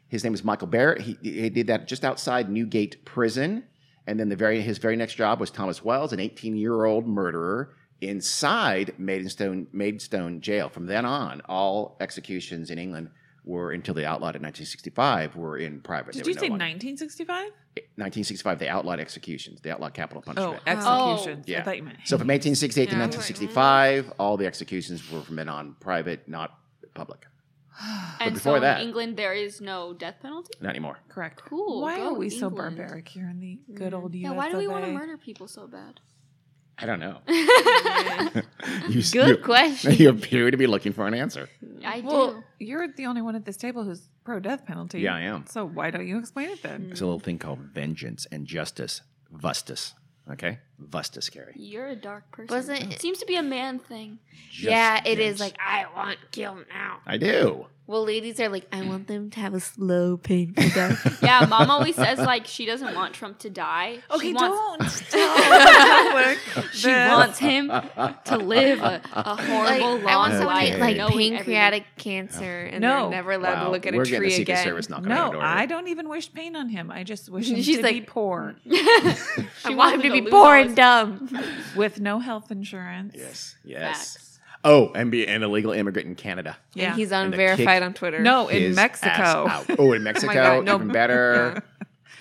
[SPEAKER 2] His name was Michael Barrett. He, he did that just outside Newgate Prison. And then the very his very next job was Thomas Wells, an 18 year old murderer inside Maidstone Maidstone Jail. From then on, all executions in England were until they outlawed in 1965 were in private.
[SPEAKER 6] Did
[SPEAKER 2] They
[SPEAKER 6] you
[SPEAKER 2] were
[SPEAKER 6] say
[SPEAKER 2] no longer-
[SPEAKER 6] 1965?
[SPEAKER 2] 1965? They outlawed executions. They outlawed capital
[SPEAKER 6] Oh,
[SPEAKER 2] punishment.
[SPEAKER 6] execution.
[SPEAKER 2] Oh. Yeah.
[SPEAKER 6] I thought you meant.
[SPEAKER 2] So from 1868 to
[SPEAKER 4] Yeah, I was like,
[SPEAKER 2] 1965, all the executions were from then on private, not public.
[SPEAKER 5] and
[SPEAKER 2] before
[SPEAKER 5] so
[SPEAKER 2] that-
[SPEAKER 5] in England there is no death penalty.
[SPEAKER 2] Not anymore.
[SPEAKER 6] Correct.
[SPEAKER 5] Cool,
[SPEAKER 6] Why
[SPEAKER 5] go
[SPEAKER 6] are we so
[SPEAKER 5] England.
[SPEAKER 6] barbaric here in the good old US
[SPEAKER 5] Yeah, why do we
[SPEAKER 6] of
[SPEAKER 5] want
[SPEAKER 6] A?
[SPEAKER 5] to murder people so bad?
[SPEAKER 2] I don't know.
[SPEAKER 5] I
[SPEAKER 2] You, s-
[SPEAKER 5] Good
[SPEAKER 2] you-
[SPEAKER 5] question. Mm.
[SPEAKER 2] You appear to be looking for an answer.
[SPEAKER 5] do.
[SPEAKER 6] Well, you're the only one at this table who's pro death penalty.
[SPEAKER 2] Yeah, I am.
[SPEAKER 6] So why don't you explain it then?
[SPEAKER 2] It's a little thing called vengeance and justice. Vestus. Okay? Vestus, Carrie.
[SPEAKER 5] You're a dark person.
[SPEAKER 4] Wasn't-
[SPEAKER 5] seems to be a man thing.
[SPEAKER 4] yeah, it is
[SPEAKER 2] Justice.
[SPEAKER 4] like I want kill now.
[SPEAKER 2] I do.
[SPEAKER 4] Well, ladies are like I want them to have a slow painful death.
[SPEAKER 5] Yeah, mom always says like she doesn't want Trump to die. She
[SPEAKER 6] Okay,
[SPEAKER 5] wants,
[SPEAKER 6] don't. don't.
[SPEAKER 5] She wants him to live a, a
[SPEAKER 4] like,
[SPEAKER 5] horrible
[SPEAKER 4] I
[SPEAKER 5] long
[SPEAKER 4] want somebody
[SPEAKER 5] life,
[SPEAKER 4] like
[SPEAKER 5] knowing
[SPEAKER 4] pancreatic cancer and
[SPEAKER 6] No.
[SPEAKER 4] they're never allowed
[SPEAKER 2] Wow,
[SPEAKER 4] to look at
[SPEAKER 2] We're
[SPEAKER 4] a
[SPEAKER 2] getting the
[SPEAKER 4] tree
[SPEAKER 2] Secret
[SPEAKER 4] again.
[SPEAKER 2] Service knocking on our
[SPEAKER 6] No,
[SPEAKER 2] door.
[SPEAKER 6] I don't even wish pain on him. I just wish him
[SPEAKER 4] She's
[SPEAKER 6] to be
[SPEAKER 4] like-
[SPEAKER 6] poor
[SPEAKER 5] everything.
[SPEAKER 4] I
[SPEAKER 5] She
[SPEAKER 4] want him
[SPEAKER 5] wants
[SPEAKER 4] to be
[SPEAKER 5] lose
[SPEAKER 4] poor
[SPEAKER 5] all
[SPEAKER 4] and
[SPEAKER 5] his
[SPEAKER 4] dumb.
[SPEAKER 6] with no health insurance.
[SPEAKER 2] Yes. Yes.
[SPEAKER 5] facts.
[SPEAKER 2] Oh, and be an illegal immigrant in Canada.
[SPEAKER 6] Yeah.
[SPEAKER 4] And he's
[SPEAKER 2] And the kick-
[SPEAKER 4] unverified on Twitter.
[SPEAKER 6] no, Oh, in
[SPEAKER 2] His
[SPEAKER 6] Mexico.
[SPEAKER 2] ass out. Oh, in Mexico,
[SPEAKER 6] God, no.
[SPEAKER 2] even better.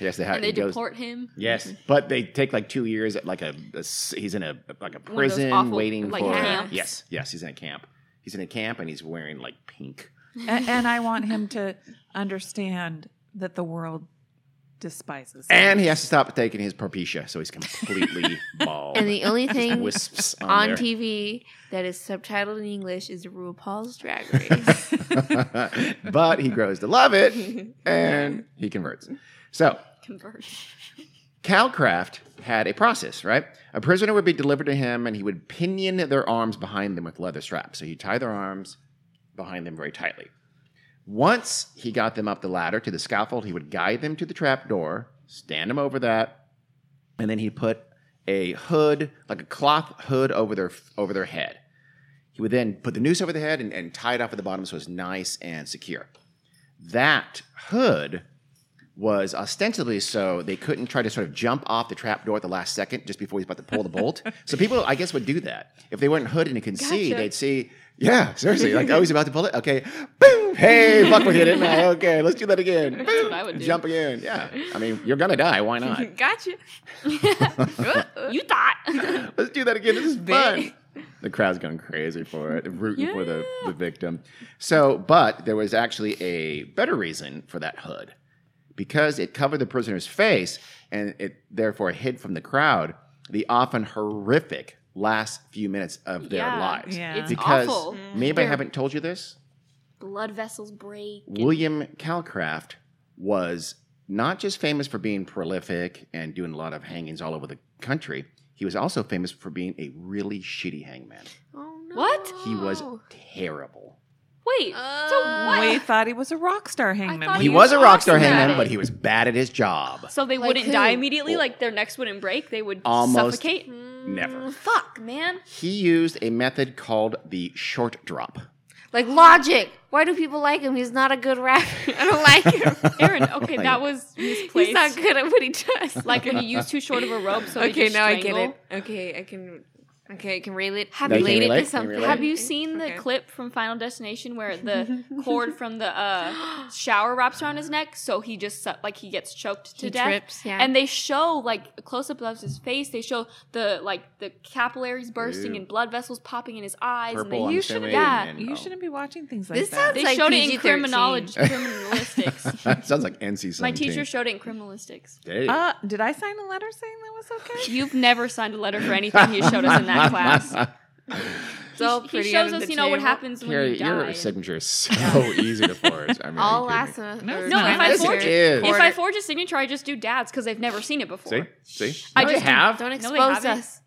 [SPEAKER 2] Yes, they have.
[SPEAKER 5] And they
[SPEAKER 2] he goes-
[SPEAKER 5] deport him.
[SPEAKER 2] Yes, but they take like two years at like a, a s- he's in a like a
[SPEAKER 5] those
[SPEAKER 2] prison
[SPEAKER 5] awful,
[SPEAKER 2] waiting
[SPEAKER 5] like,
[SPEAKER 2] for
[SPEAKER 5] camps.
[SPEAKER 2] yes yes he's in a camp he's in a camp and he's wearing like pink
[SPEAKER 6] A- and I want him to understand that the world despises him.
[SPEAKER 2] and he has to stop taking his propecia so he's completely bald
[SPEAKER 4] And the only thing
[SPEAKER 2] wisps on,
[SPEAKER 4] on
[SPEAKER 2] there.
[SPEAKER 4] TV that is subtitled in English is RuPaul's Drag Race.
[SPEAKER 2] but he grows to love it and he converts. So
[SPEAKER 5] Convert.
[SPEAKER 2] Calcraft had a process, right? A prisoner would be delivered to him and he would pinion their arms behind them with leather straps. So he'd tie their arms behind them very tightly. Once he got them up the ladder to the scaffold, he would guide them to the trap door, stand them over that, and then he put a hood, like a cloth hood over their over their head. He would then put the noose over the head and, and tie it off at the bottom so it's nice and secure. That hood was ostensibly so they couldn't try to sort of jump off the trap door at the last second just before he's about to pull the bolt. so people, I guess, would do that. If they weren't hooded and could see,
[SPEAKER 5] Gotcha.
[SPEAKER 2] they'd see, yeah, seriously, like, oh, he's about to pull it. Okay, boom, hey, fuck with it, didn't I? Okay, let's do that again. Boom,
[SPEAKER 5] what I would do.
[SPEAKER 2] Jump again. Yeah. I mean, you're going to die. Why not?
[SPEAKER 5] Gotcha. you thought.
[SPEAKER 2] Let's do that again. This is fun. The crowd's going crazy for it, rooting for the, the victim. So, but there was actually a better reason for that hood. Because it covered the prisoner's face and it therefore hid from the crowd the often horrific last few minutes of their
[SPEAKER 5] Yeah.
[SPEAKER 2] lives.
[SPEAKER 6] Yeah.
[SPEAKER 5] It's
[SPEAKER 2] Because
[SPEAKER 5] awful.
[SPEAKER 2] maybe I
[SPEAKER 5] They're-
[SPEAKER 2] haven't told you this,
[SPEAKER 5] Blood vessels break.
[SPEAKER 2] William Calcraft was not just famous for being prolific and doing a lot of hangings all over the country, he was also famous for being a really shitty hangman.
[SPEAKER 4] oh, no.
[SPEAKER 5] What?
[SPEAKER 2] He was
[SPEAKER 5] Oh.
[SPEAKER 2] terrible.
[SPEAKER 5] Wait. so
[SPEAKER 4] Uh,
[SPEAKER 5] what?
[SPEAKER 6] we thought he was a rock star
[SPEAKER 5] thought
[SPEAKER 6] hangman.
[SPEAKER 2] He
[SPEAKER 5] He
[SPEAKER 2] was
[SPEAKER 5] was
[SPEAKER 2] a rock star
[SPEAKER 5] awesome at
[SPEAKER 2] hangman,
[SPEAKER 5] it.
[SPEAKER 2] but he was bad at his job.
[SPEAKER 5] So they
[SPEAKER 4] Like
[SPEAKER 5] wouldn't
[SPEAKER 4] who?
[SPEAKER 5] die immediately, like their necks wouldn't break, they would
[SPEAKER 2] Almost
[SPEAKER 5] suffocate.
[SPEAKER 4] Mm-hmm.
[SPEAKER 5] Mm.
[SPEAKER 2] never.
[SPEAKER 5] Fuck, man.
[SPEAKER 2] He used a method called the short drop.
[SPEAKER 4] Like Logic. Why do people like him? He's not a good rapper. I don't like him.
[SPEAKER 5] Aaron, okay, that was misplaced.
[SPEAKER 4] He's not good at what he does.
[SPEAKER 5] Like when you use too short of a rope, so
[SPEAKER 4] okay, now I get
[SPEAKER 5] strangle.
[SPEAKER 4] it. Okay, I can. Okay, I can relate. Have
[SPEAKER 2] Now you can
[SPEAKER 4] related
[SPEAKER 2] relate?
[SPEAKER 4] to
[SPEAKER 2] Can you
[SPEAKER 4] something.
[SPEAKER 2] relate?
[SPEAKER 5] Have you seen the
[SPEAKER 4] Okay.
[SPEAKER 5] clip from Final Destination where the cord from the uh, shower wraps around his neck, so he just su- like he gets choked to
[SPEAKER 4] He
[SPEAKER 5] death?
[SPEAKER 4] trips, yeah.
[SPEAKER 5] And they show like a close up of his face. They show the like the capillaries bursting
[SPEAKER 2] Ew.
[SPEAKER 5] and blood vessels popping in his eyes.
[SPEAKER 2] Purple,
[SPEAKER 5] and
[SPEAKER 2] I'm
[SPEAKER 5] they,
[SPEAKER 2] assuming.
[SPEAKER 5] yeah.
[SPEAKER 2] and- oh.
[SPEAKER 6] You shouldn't be watching things like
[SPEAKER 4] This
[SPEAKER 6] that.
[SPEAKER 4] sounds-
[SPEAKER 5] They
[SPEAKER 4] It's like
[SPEAKER 5] showed it in
[SPEAKER 4] PG-13.
[SPEAKER 5] criminolog- criminalistics.
[SPEAKER 2] Sounds like NC-17.
[SPEAKER 5] My teacher showed it in criminalistics.
[SPEAKER 2] Hey.
[SPEAKER 6] uh, did I sign a letter saying that was okay?
[SPEAKER 5] You've never signed a letter for anything he showed us in that class.
[SPEAKER 4] It's all
[SPEAKER 5] he
[SPEAKER 4] pretty
[SPEAKER 5] shows
[SPEAKER 4] under
[SPEAKER 5] us,
[SPEAKER 4] the
[SPEAKER 5] you know, what
[SPEAKER 4] table.
[SPEAKER 5] happens when
[SPEAKER 2] Carrie,
[SPEAKER 5] you die.
[SPEAKER 2] your signature is so easy to forge. I mean, are
[SPEAKER 4] All
[SPEAKER 2] you kidding me?
[SPEAKER 4] last. No,
[SPEAKER 6] No,
[SPEAKER 5] no, if I
[SPEAKER 2] Yes,
[SPEAKER 5] forge
[SPEAKER 2] it is.
[SPEAKER 5] if I forge a signature, I just do dad's because they've never seen it before.
[SPEAKER 2] See? See?
[SPEAKER 5] I
[SPEAKER 2] No, you
[SPEAKER 5] just do-
[SPEAKER 2] have.
[SPEAKER 4] don't expose
[SPEAKER 5] haven't.
[SPEAKER 4] us.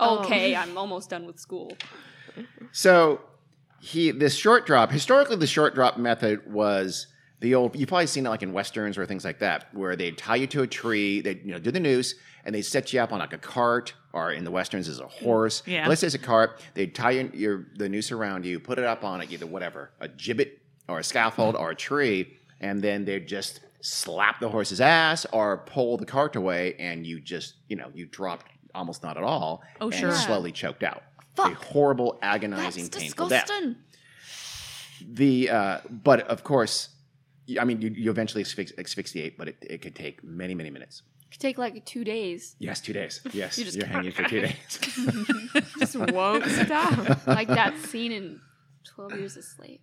[SPEAKER 4] Oh.
[SPEAKER 5] Okay, I'm almost done with school.
[SPEAKER 2] So he this short drop historically the short drop method was the old you've probably seen it like in westerns or things like that where they tie you to a tree they you know do the noose and they set you up on like a cart or in the westerns is a horse
[SPEAKER 6] Yeah.
[SPEAKER 2] But let's say it's a cart they tie your, your the noose around you put it up on either whatever a gibbet or a scaffold or a tree and then they just slap the horse's ass or pull the cart away and you just you know you dropped almost not at all
[SPEAKER 6] Oh,
[SPEAKER 2] and
[SPEAKER 6] sure.
[SPEAKER 2] slowly choked out a
[SPEAKER 5] Fuck.
[SPEAKER 2] horrible agonizing
[SPEAKER 5] That's
[SPEAKER 2] painful death.
[SPEAKER 5] disgusting.
[SPEAKER 2] The uh, but of course, y- I mean, you, you eventually asphyx- asphyxiate, but it, it could take many many minutes.
[SPEAKER 5] Could take like two days.
[SPEAKER 2] Yes, two days. Yes,
[SPEAKER 5] You just-
[SPEAKER 2] you're hanging for two days.
[SPEAKER 4] Just won't stop.
[SPEAKER 5] Like that scene in Twelve Years a Slave.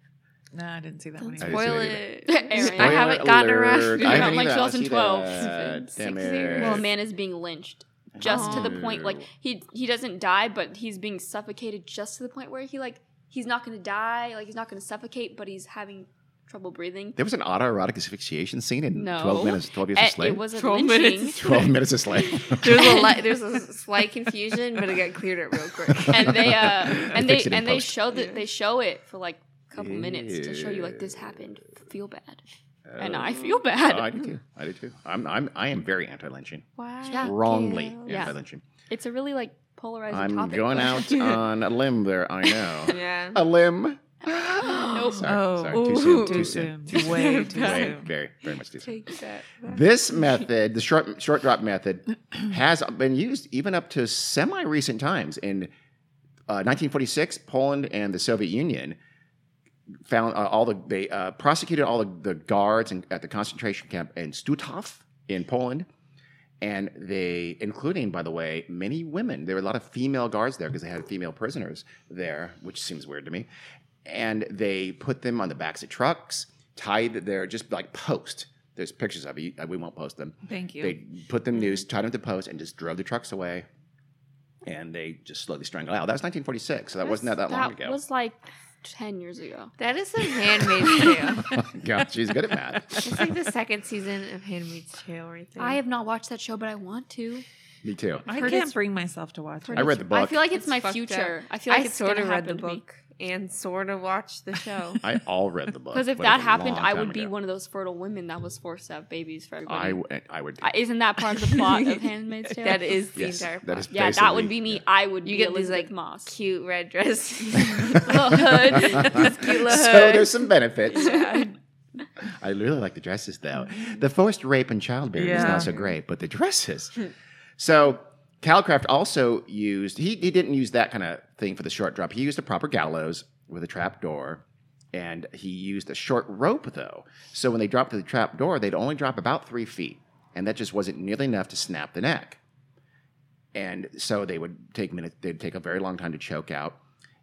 [SPEAKER 6] No, I didn't see that one.
[SPEAKER 2] I
[SPEAKER 6] Either.
[SPEAKER 2] didn't see
[SPEAKER 4] Spoil
[SPEAKER 2] that
[SPEAKER 4] it.
[SPEAKER 5] Aaron.
[SPEAKER 4] I haven't gotten around.
[SPEAKER 2] alert.
[SPEAKER 4] to
[SPEAKER 5] I
[SPEAKER 4] it.
[SPEAKER 5] haven't
[SPEAKER 2] either.
[SPEAKER 5] like
[SPEAKER 2] I see
[SPEAKER 5] 2012.
[SPEAKER 2] that.
[SPEAKER 4] Six
[SPEAKER 2] Damn
[SPEAKER 4] years.
[SPEAKER 2] it. Oh.
[SPEAKER 5] Well, a man is being lynched.
[SPEAKER 2] I
[SPEAKER 5] just to the point like he he doesn't die, but he's being suffocated just to the point where he like he's not gonna die, like he's not gonna suffocate, but he's having trouble breathing.
[SPEAKER 2] There was an autoerotic asphyxiation scene in
[SPEAKER 5] No,
[SPEAKER 2] 12 minutes, 12 years a
[SPEAKER 5] Eh,
[SPEAKER 2] slave.
[SPEAKER 5] It was a
[SPEAKER 4] 12
[SPEAKER 5] lynching.
[SPEAKER 4] minutes.
[SPEAKER 2] 12 minutes a slave.
[SPEAKER 4] There's a li- there's a slight confusion, but it got cleared up real quick.
[SPEAKER 5] and they uh
[SPEAKER 2] They
[SPEAKER 5] and they
[SPEAKER 2] fix it in
[SPEAKER 5] and they
[SPEAKER 2] post.
[SPEAKER 5] show that they show it for like a couple minutes to show you like this happened feel bad and i feel bad
[SPEAKER 2] Oh. I do too. I do too. I'm, I'm, I am very anti lynching.
[SPEAKER 5] wow
[SPEAKER 2] Wrongly
[SPEAKER 5] Yeah.
[SPEAKER 2] anti lynching.
[SPEAKER 5] it's a really like polarizing
[SPEAKER 2] I'm
[SPEAKER 5] topic
[SPEAKER 2] going
[SPEAKER 5] but-
[SPEAKER 2] out on a limb there, I know.
[SPEAKER 4] Yeah.
[SPEAKER 2] A limb.
[SPEAKER 5] nope
[SPEAKER 2] Sorry,
[SPEAKER 6] Oh,
[SPEAKER 2] sorry. Too soon. Too,
[SPEAKER 6] Too
[SPEAKER 2] soon.
[SPEAKER 6] soon. Way too
[SPEAKER 2] Very,
[SPEAKER 6] soon.
[SPEAKER 2] very, very much too soon. This method, the short short drop method, has been used even up to semi recent times. In uh, 1946, Poland and the Soviet Union found uh, all the they uh, prosecuted all the, the guards in, at the concentration camp in Stutthof in Poland, and they, including by the way, many women. There were a lot of female guards there because they had female prisoners there, which seems weird to me. And they put them on the backs of trucks, tied their just like post. There's pictures of it. We won't post them.
[SPEAKER 6] Thank you.
[SPEAKER 2] They put them noose,
[SPEAKER 5] Mm-hmm.
[SPEAKER 2] tied them to posts, and just drove the trucks away. And they just slowly strangled out. That was 1946, so that wasn't that, that long ago.
[SPEAKER 5] was like 10 years ago
[SPEAKER 4] That is some Handmaid's Tale.
[SPEAKER 2] God, she's good at math.
[SPEAKER 4] It's like the second season of Handmaid's Tale right there.
[SPEAKER 5] i have not watched that show but i want to
[SPEAKER 2] me too.
[SPEAKER 6] I
[SPEAKER 5] heard
[SPEAKER 6] can't
[SPEAKER 5] it's-
[SPEAKER 6] bring myself to watch
[SPEAKER 2] I
[SPEAKER 6] it.
[SPEAKER 2] read the book.
[SPEAKER 5] i feel like it's,
[SPEAKER 4] It's
[SPEAKER 5] my
[SPEAKER 4] fucked
[SPEAKER 5] future
[SPEAKER 4] up.
[SPEAKER 5] i feel like
[SPEAKER 4] I
[SPEAKER 5] it's
[SPEAKER 4] sort
[SPEAKER 5] gonna
[SPEAKER 4] of read the
[SPEAKER 5] happen to me.
[SPEAKER 4] book and sort of watched the show.
[SPEAKER 2] I all read the book.
[SPEAKER 5] because if
[SPEAKER 2] but it
[SPEAKER 5] that
[SPEAKER 2] was a
[SPEAKER 5] happened
[SPEAKER 2] long
[SPEAKER 5] i
[SPEAKER 2] time
[SPEAKER 5] would be
[SPEAKER 2] ago.
[SPEAKER 5] one of those fertile women that was forced to have babies for everybody
[SPEAKER 2] I, w- I would.
[SPEAKER 5] Uh, isn't that part of the plot of handmaid's tale
[SPEAKER 4] That is the
[SPEAKER 2] yes,
[SPEAKER 4] entire
[SPEAKER 2] that is
[SPEAKER 5] yeah that would
[SPEAKER 2] basically-
[SPEAKER 5] be me
[SPEAKER 2] yeah.
[SPEAKER 5] i would
[SPEAKER 4] You
[SPEAKER 5] be
[SPEAKER 4] get these,
[SPEAKER 5] elizabeth
[SPEAKER 4] like,
[SPEAKER 5] moss
[SPEAKER 4] cute red dress.
[SPEAKER 5] Little hood.
[SPEAKER 4] This cute little
[SPEAKER 2] so
[SPEAKER 4] hood.
[SPEAKER 2] there's some benefits. I really like the dresses though. The forced rape and childbearing is
[SPEAKER 6] Yeah.
[SPEAKER 2] not so great, but the dresses. so Calcraft also used he, he didn't use that kind of thing for the short drop. He used a proper gallows with a trap door. And he used a short rope though. So when they dropped to the trap door, they'd only drop about three feet. And that just wasn't nearly enough to snap the neck. and so they would take minutes they'd take a very long time to choke out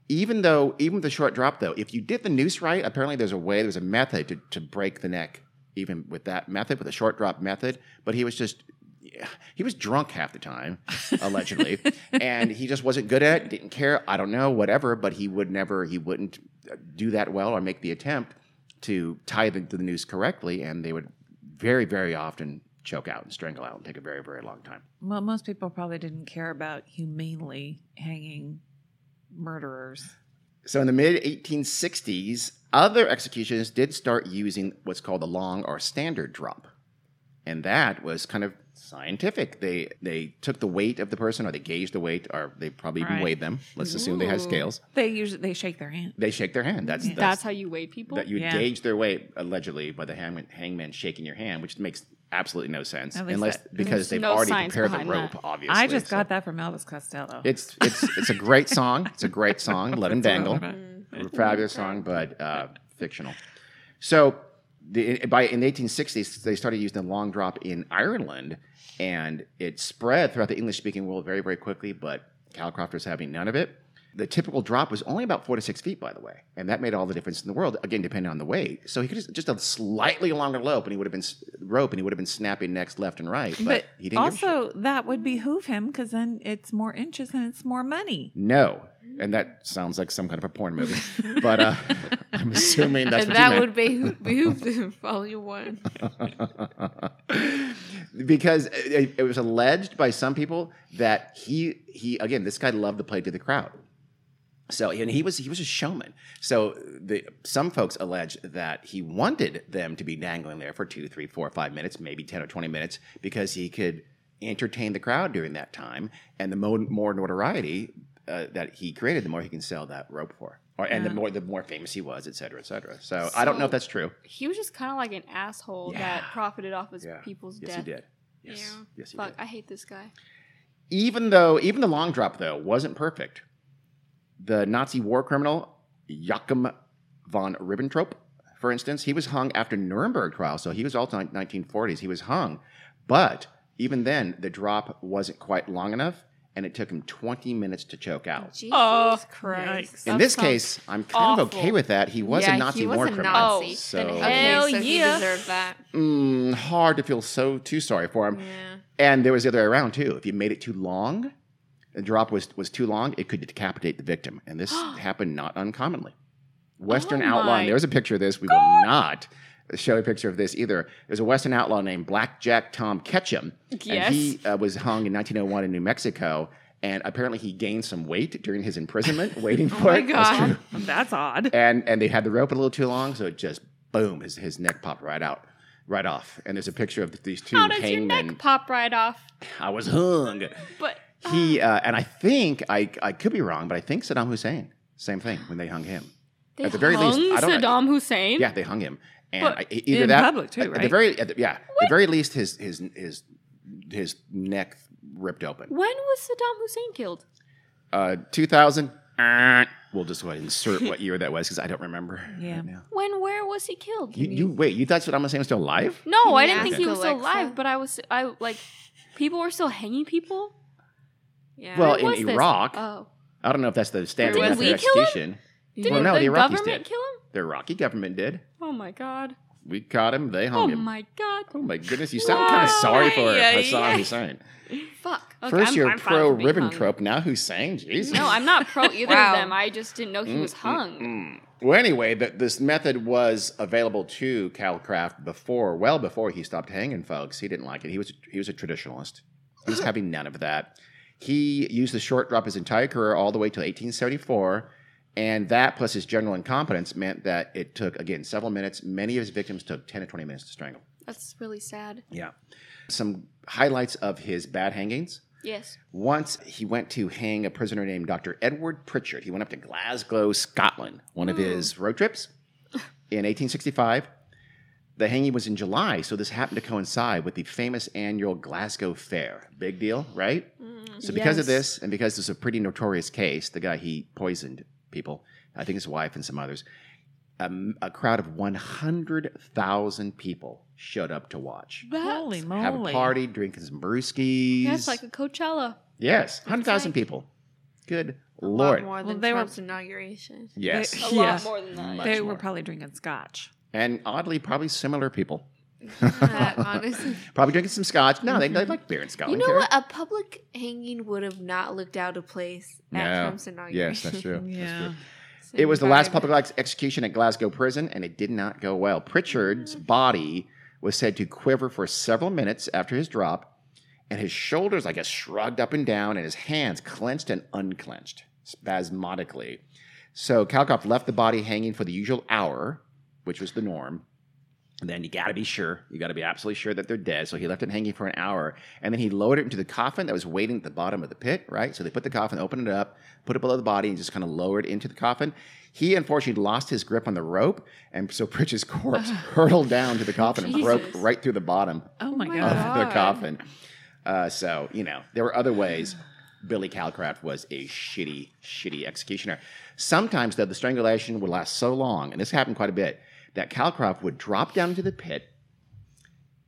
[SPEAKER 2] even though even with the short drop though if you did the noose right apparently there's a way there's a method to, to break the neck even with that method with the short drop method but he was just yeah, he was drunk half the time allegedly and he just wasn't good at it didn't care i don't know whatever but he would never he wouldn't uh, do that well or make the attempt to tie the, the noose correctly and they would very very often choke out and strangle out and take a very very long time
[SPEAKER 6] Well, most people probably didn't care about humanely hanging murderers.
[SPEAKER 2] So in the mid 1860s, other executioners did start using what's called the long or standard drop. And that was kind of scientific. They they took the weight of the person or they gauged the weight or they probably even
[SPEAKER 6] Right.
[SPEAKER 2] weighed them. Let's assume they had scales.
[SPEAKER 6] They usually they shake their hand.
[SPEAKER 2] They shake their hand. That's that's,
[SPEAKER 5] that's how you weigh people
[SPEAKER 2] that you
[SPEAKER 6] Yeah.
[SPEAKER 2] gauge their weight allegedly by the hangman, hangman shaking your hand, which makes absolutely no sense
[SPEAKER 6] At least
[SPEAKER 2] unless
[SPEAKER 6] that-
[SPEAKER 2] because
[SPEAKER 5] there's
[SPEAKER 2] they've
[SPEAKER 5] no
[SPEAKER 2] already
[SPEAKER 5] science
[SPEAKER 2] prepared the
[SPEAKER 5] behind
[SPEAKER 2] rope
[SPEAKER 5] that.
[SPEAKER 2] obviously.
[SPEAKER 6] I just
[SPEAKER 2] so-
[SPEAKER 6] got that from Elvis Costello.
[SPEAKER 2] It's it's it's a great song. It's a great song. Let him dangle. Fabulous song, but uh, fictional. So the, by in the 1860s, they started using the long drop in Ireland, and it spread throughout the English-speaking world very very quickly. But Calcroft was having none of it. The typical drop was only about four to six feet, by the way, and that made all the difference in the world. Again, depending on the weight. So he could just, just a slightly longer rope, and he would have been s- rope, and he would have been snapping necks left and right. But,
[SPEAKER 6] but
[SPEAKER 2] he didn't. give a shit.
[SPEAKER 6] also that would behoove him because then it's more inches and it's more money.
[SPEAKER 2] No. And that sounds like some kind of a porn movie. But uh, I'm assuming that's
[SPEAKER 4] and
[SPEAKER 2] what you
[SPEAKER 4] that
[SPEAKER 2] meant.
[SPEAKER 4] would be behoove them follow you one.
[SPEAKER 2] because it, it was alleged by some people that he he again this guy loved to play to the crowd. So and he was he was a showman. So the, some folks allege that he wanted them to be dangling there for two, three, four, five minutes, maybe ten or twenty minutes, because he could entertain the crowd during that time, and the more, more notoriety uh, that he created, the more he can sell that rope for, or, and the more the more famous he was, et cetera, et cetera. So, I don't know if
[SPEAKER 5] So-
[SPEAKER 2] that's true.
[SPEAKER 5] he was just kind of like an asshole that profited off his people's
[SPEAKER 2] yes,
[SPEAKER 5] death.
[SPEAKER 2] he did. Yes,
[SPEAKER 5] Yeah.
[SPEAKER 2] yes, he
[SPEAKER 5] Fuck,
[SPEAKER 2] did.
[SPEAKER 5] I hate this guy.
[SPEAKER 2] even though even the long drop though wasn't perfect the nazi war criminal joachim von ribbentrop for instance he was hung after nuremberg trial so he was also in 1940s he was hung but even then the drop wasn't quite long enough and it took him 20 minutes to choke out
[SPEAKER 4] Jesus
[SPEAKER 6] Oh,
[SPEAKER 4] Christ.
[SPEAKER 2] in
[SPEAKER 5] that
[SPEAKER 2] this
[SPEAKER 5] sounds
[SPEAKER 2] case i'm kind of
[SPEAKER 5] awful.
[SPEAKER 2] okay with that he was
[SPEAKER 4] Yeah,
[SPEAKER 2] a
[SPEAKER 4] he
[SPEAKER 2] nazi
[SPEAKER 4] was
[SPEAKER 2] war
[SPEAKER 4] a
[SPEAKER 2] criminal Oh.
[SPEAKER 4] Nazi. Oh,
[SPEAKER 5] Then
[SPEAKER 2] so
[SPEAKER 5] Hell
[SPEAKER 4] so he
[SPEAKER 5] yeah.
[SPEAKER 4] deserved that.
[SPEAKER 2] mm, hard to feel so too sorry for him
[SPEAKER 4] Yeah.
[SPEAKER 2] And there was the other way around too. If you made it too long, the drop was was too long, it could decapitate the victim. And this happened not uncommonly. Western
[SPEAKER 5] Oh
[SPEAKER 2] outlaw. and
[SPEAKER 5] my
[SPEAKER 2] There's a picture of this. We will not show a picture of this either. There's a Western outlaw named Black Jack Tom Ketchum.
[SPEAKER 5] Yes.
[SPEAKER 2] And he uh, was hung in 1901 in New Mexico. And apparently he gained some weight during his imprisonment, waiting
[SPEAKER 5] Oh
[SPEAKER 2] for it. That's
[SPEAKER 4] God.
[SPEAKER 2] true.
[SPEAKER 6] That's odd.
[SPEAKER 2] And and they had the rope a little too long, so it just boom, his his neck popped right out, right off. And there's a picture of these two
[SPEAKER 5] How does your
[SPEAKER 2] hangmen.
[SPEAKER 5] neck pop right off?
[SPEAKER 2] I was hung.
[SPEAKER 5] But
[SPEAKER 2] He uh, and I think I I could be wrong, but I think Saddam Hussein. Same thing when they hung him.
[SPEAKER 5] they
[SPEAKER 2] At the very
[SPEAKER 5] hung
[SPEAKER 2] least, I don't know-
[SPEAKER 5] Saddam Hussein.
[SPEAKER 2] Yeah, they hung him, and
[SPEAKER 6] But
[SPEAKER 2] I, e- either
[SPEAKER 6] in
[SPEAKER 2] that
[SPEAKER 6] public too,
[SPEAKER 2] at- At the
[SPEAKER 6] right?
[SPEAKER 2] very at the, yeah, the very least, his his his his neck ripped open.
[SPEAKER 5] When was Saddam Hussein killed?
[SPEAKER 2] Uh, Two thousand. uh, We'll just go ahead and insert what year that was because I don't remember.
[SPEAKER 6] Yeah.
[SPEAKER 2] right now.
[SPEAKER 5] When where was he killed?
[SPEAKER 2] You, you wait. You thought Saddam Hussein was still alive?
[SPEAKER 5] No, I
[SPEAKER 4] you
[SPEAKER 5] didn't think
[SPEAKER 4] ask
[SPEAKER 5] he was still
[SPEAKER 4] Alexa?
[SPEAKER 5] alive, but I was I like people were still hanging people.
[SPEAKER 1] Yeah.
[SPEAKER 2] Well,
[SPEAKER 5] When was
[SPEAKER 2] in
[SPEAKER 5] this?
[SPEAKER 2] Iraq,
[SPEAKER 5] Oh,
[SPEAKER 2] I don't know if that's the standard
[SPEAKER 5] Didn't
[SPEAKER 2] method of
[SPEAKER 5] we kill him?
[SPEAKER 2] execution.
[SPEAKER 5] didn't
[SPEAKER 2] no,
[SPEAKER 5] the,
[SPEAKER 2] the Iraqis
[SPEAKER 5] government
[SPEAKER 2] did.
[SPEAKER 5] kill him?
[SPEAKER 2] The Iraqi government did.
[SPEAKER 5] Oh my god!
[SPEAKER 2] We caught him. They hung
[SPEAKER 5] Oh
[SPEAKER 2] him.
[SPEAKER 5] my god!
[SPEAKER 2] Oh my goodness! You sound kind of sorry for
[SPEAKER 1] Yeah,
[SPEAKER 2] Hassan
[SPEAKER 1] yeah.
[SPEAKER 2] Hussein.
[SPEAKER 5] Fuck. Okay,
[SPEAKER 2] 1st
[SPEAKER 5] I'm-
[SPEAKER 2] you're
[SPEAKER 5] I'm fine
[SPEAKER 2] pro
[SPEAKER 5] with being hung.
[SPEAKER 2] Ribbentrop. Now Hussein. Jesus. Mm,
[SPEAKER 5] No, I'm not pro either
[SPEAKER 1] Wow.
[SPEAKER 5] of them. I just didn't know he was hung.
[SPEAKER 2] Well, anyway, that this method was available to Cal Craft before, well before he stopped hanging folks. He didn't like it. He was he was a traditionalist. He was having none of that. He used the short drop his entire career, all the way till 1874, and that plus his general incompetence meant that it took again several minutes. Many of his victims took 10 to 20 minutes to strangle.
[SPEAKER 5] That's really sad.
[SPEAKER 2] Yeah. Some highlights of his bad hangings.
[SPEAKER 5] Yes.
[SPEAKER 2] Once he went to hang a prisoner named Dr. Edward Pritchard. He went up to Glasgow, Scotland, one of
[SPEAKER 5] Hmm.
[SPEAKER 2] his road trips in 1865. The hanging was in July, so this happened to coincide with the famous annual Glasgow Fair. Big deal, right?
[SPEAKER 5] Hmm,
[SPEAKER 2] So, because of this, and because this is a pretty notorious case, the guy he poisoned people, I think his wife and some others, um, a crowd of 100,000 people showed up to watch.
[SPEAKER 6] Holy moly.
[SPEAKER 2] Have a party, drinking some brewskis.
[SPEAKER 5] That's like a Coachella.
[SPEAKER 2] Yes, 100,000 people. Good lord.
[SPEAKER 4] more Oh.
[SPEAKER 6] Well,
[SPEAKER 4] than
[SPEAKER 6] they were-
[SPEAKER 4] Trump's inauguration.
[SPEAKER 2] Yes.
[SPEAKER 5] A
[SPEAKER 6] Yeah.
[SPEAKER 5] lot more than that.
[SPEAKER 6] They
[SPEAKER 2] much
[SPEAKER 6] were
[SPEAKER 2] more.
[SPEAKER 6] probably drinking scotch.
[SPEAKER 2] and oddly, probably similar people.
[SPEAKER 4] That, honestly. Mm-hmm.
[SPEAKER 2] Probably drinking some scotch. No, they, they like beer and scotch.
[SPEAKER 4] You know what? A public hanging would have not looked out of place at
[SPEAKER 2] No.
[SPEAKER 4] Trump's inauguration.
[SPEAKER 2] Yes, that's true. That's true.
[SPEAKER 6] Yeah.
[SPEAKER 2] It was the last public ex- execution at Glasgow prison, and it did not go well. Pritchard's body was said to quiver for several minutes after his drop, and his shoulders, I guess, shrugged up and down, and his hands clenched and unclenched spasmodically. So Kalkoff left the body hanging for the usual hour, which was the norm. And then you got to be sure. You got to be absolutely sure that they're dead. So he left it hanging for an hour. And then he lowered it into the coffin that was waiting at the bottom of the pit, right? So they put the coffin, opened it up, put it below the body, and just kind of lowered it into the coffin. He unfortunately lost his grip on the rope. And so Pritch's corpse hurtled down to the coffin and broke right through the bottom
[SPEAKER 6] Oh my
[SPEAKER 5] my
[SPEAKER 6] god.
[SPEAKER 5] God.
[SPEAKER 2] of the coffin. Uh, so, you know, there were other ways. Billy Calcraft was a shitty, shitty executioner. Sometimes, though, the strangulation would last so long, and this happened quite a bit, that Calcraft would drop down into the pit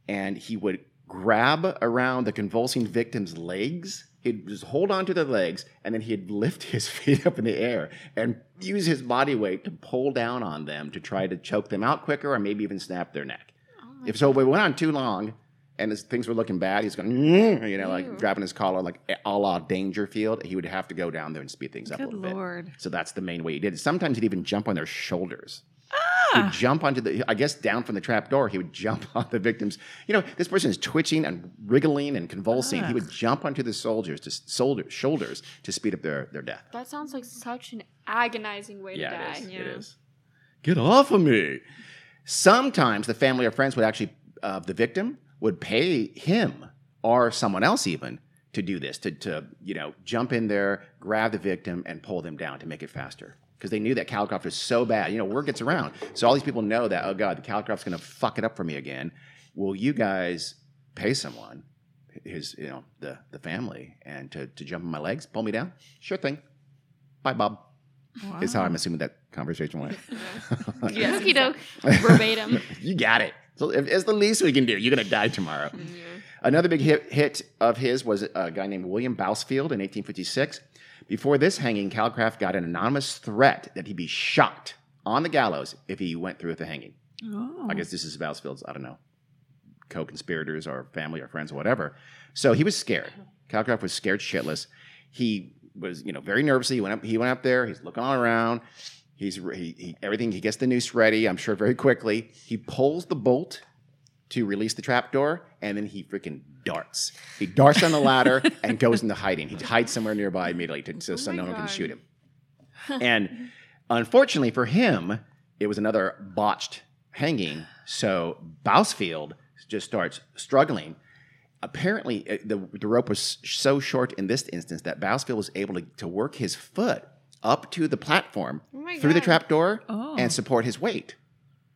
[SPEAKER 2] and he would grab around the convulsing victim's legs. He'd just hold on to their legs, and then he'd lift his feet up in the air and use his body weight to pull down on them to try to choke them out quicker or maybe even snap their neck. if so, if it went on too long and as things were looking bad, he's going, "Mm," you know, like grabbing his collar, like a la Dangerfield. He would have to go down there and speed things up a
[SPEAKER 6] Good
[SPEAKER 2] little
[SPEAKER 6] lord.
[SPEAKER 2] bit. So that's the main way he did it. Sometimes he'd even jump on their shoulders would jump onto the, I guess down from the trap door, he would jump on the victims. You know, this person is twitching and wriggling and convulsing. He would jump onto the soldiers to soldier, shoulders to speed up their, their death.
[SPEAKER 5] That sounds like such an agonizing way to die.
[SPEAKER 2] it is. It is. Get off of me. Sometimes the family or friends would actually, of the victim, would pay him or someone else even to do this, to, to you know, jump in there, grab the victim, and pull them down to make it faster. Because they knew that Calcroft was so bad. You know, word gets around. So all these people know that, oh God, the Calcroft's going to fuck it up for me again. Will you guys pay someone, his, you know, the, the family, and to, to jump on my legs, pull me down? Sure thing. Bye, Bob is
[SPEAKER 6] Um,
[SPEAKER 2] how I'm assuming that conversation went.
[SPEAKER 5] Yes. Okie doke. Verbatim.
[SPEAKER 2] you got it. So if- it's the least we can do. You're gonna die tomorrow. Another big hit, hit of his was a guy named William Bousfield in 1856. Before this hanging, Calcraft got an anonymous threat that he'd be shot
[SPEAKER 6] Oh.
[SPEAKER 2] on the gallows if he went through with the hanging. I guess this is Bousfield's. I don't know. co-conspirators or family or friends or whatever. So he was scared. Calcraft was scared shitless. He was, you know, very nervous. He went up. He went up there. He's looking all around. He's he, he everything. He gets the noose ready. I'm sure very quickly. He pulls the bolt to release the trapdoor, and then he freaking darts. He darts on the ladder and goes into hiding. He hides somewhere nearby immediately to, so, so no one can shoot him. And unfortunately for him, it was another botched hanging. So Bousfield just starts struggling. Apparently, uh, the, the rope was so short in this instance that Bousfield was able to, to work his foot up to the platform
[SPEAKER 5] Oh
[SPEAKER 2] through the trapdoor and support his weight.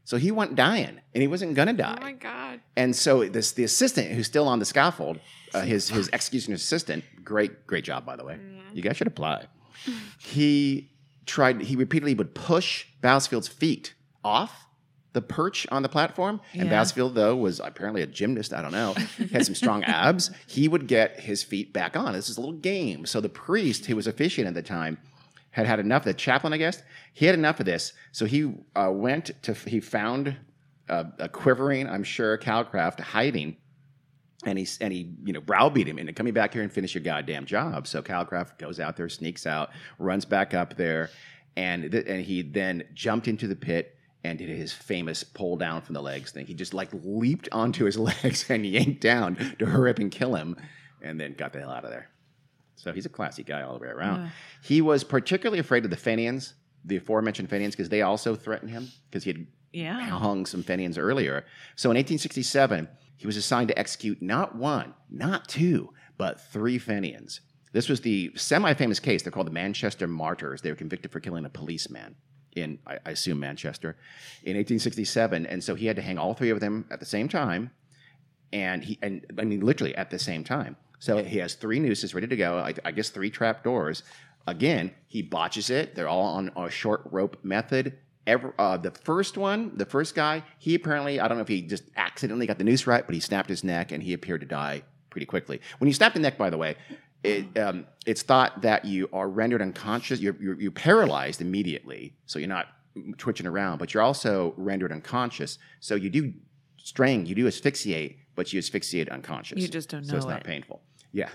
[SPEAKER 2] So he went dying, and he wasn't gonna die.
[SPEAKER 5] Oh my god.
[SPEAKER 2] And so this the assistant who's still on the scaffold, uh, his his execution assistant, great great job by the way. You guys should apply. he tried. He repeatedly would push Bousfield's feet off the perch on the platform, and
[SPEAKER 6] Yeah.
[SPEAKER 2] Bousfield though was apparently a gymnast. I don't know. had some strong abs. He would get his feet back on. This is a little game. So the priest who was officiant at the time had had enough. The chaplain, I guess, he had enough of this. So he uh, went to he found a, a quivering, I'm sure, Calcraft hiding, and he and he you know browbeat him into coming back here and finish your goddamn job. So Calcraft goes out there, sneaks out, runs back up there, and th- and he then jumped into the pit. And did his famous pull down from the legs thing. He just like leaped onto his legs and yanked down to hurry up and kill him, and then got the hell out of there. So he's a classy guy all the way around. He was particularly afraid of the Fenians, the aforementioned Fenians, because they also threatened him because he had
[SPEAKER 6] Yeah.
[SPEAKER 2] hung some Fenians earlier. So in 1867, he was assigned to execute not one, not two, but three Fenians. This was the semi famous case. They're called the Manchester Martyrs. They were convicted for killing a policeman in, I, I assume, Manchester in 1867. And so he had to hang all three of them at the same time and he and I mean literally at the same time. So he has three nooses ready to go. I, I guess three trap doors. Again, he botches it. They're all on a short rope method. Ever, uh, the first one, the first guy, he apparently I don't know if he just accidentally got the noose right, but he snapped his neck and he appeared to die pretty quickly. When you snap the neck, by the way. It, um, it's thought that you are rendered unconscious. You're, you're, you're paralyzed immediately, so you're not twitching around, but you're also rendered unconscious. So you do straying, you do asphyxiate, but you asphyxiate unconscious.
[SPEAKER 6] You just don't
[SPEAKER 2] So it's
[SPEAKER 6] know
[SPEAKER 2] not
[SPEAKER 6] it.
[SPEAKER 2] painful. Yeah.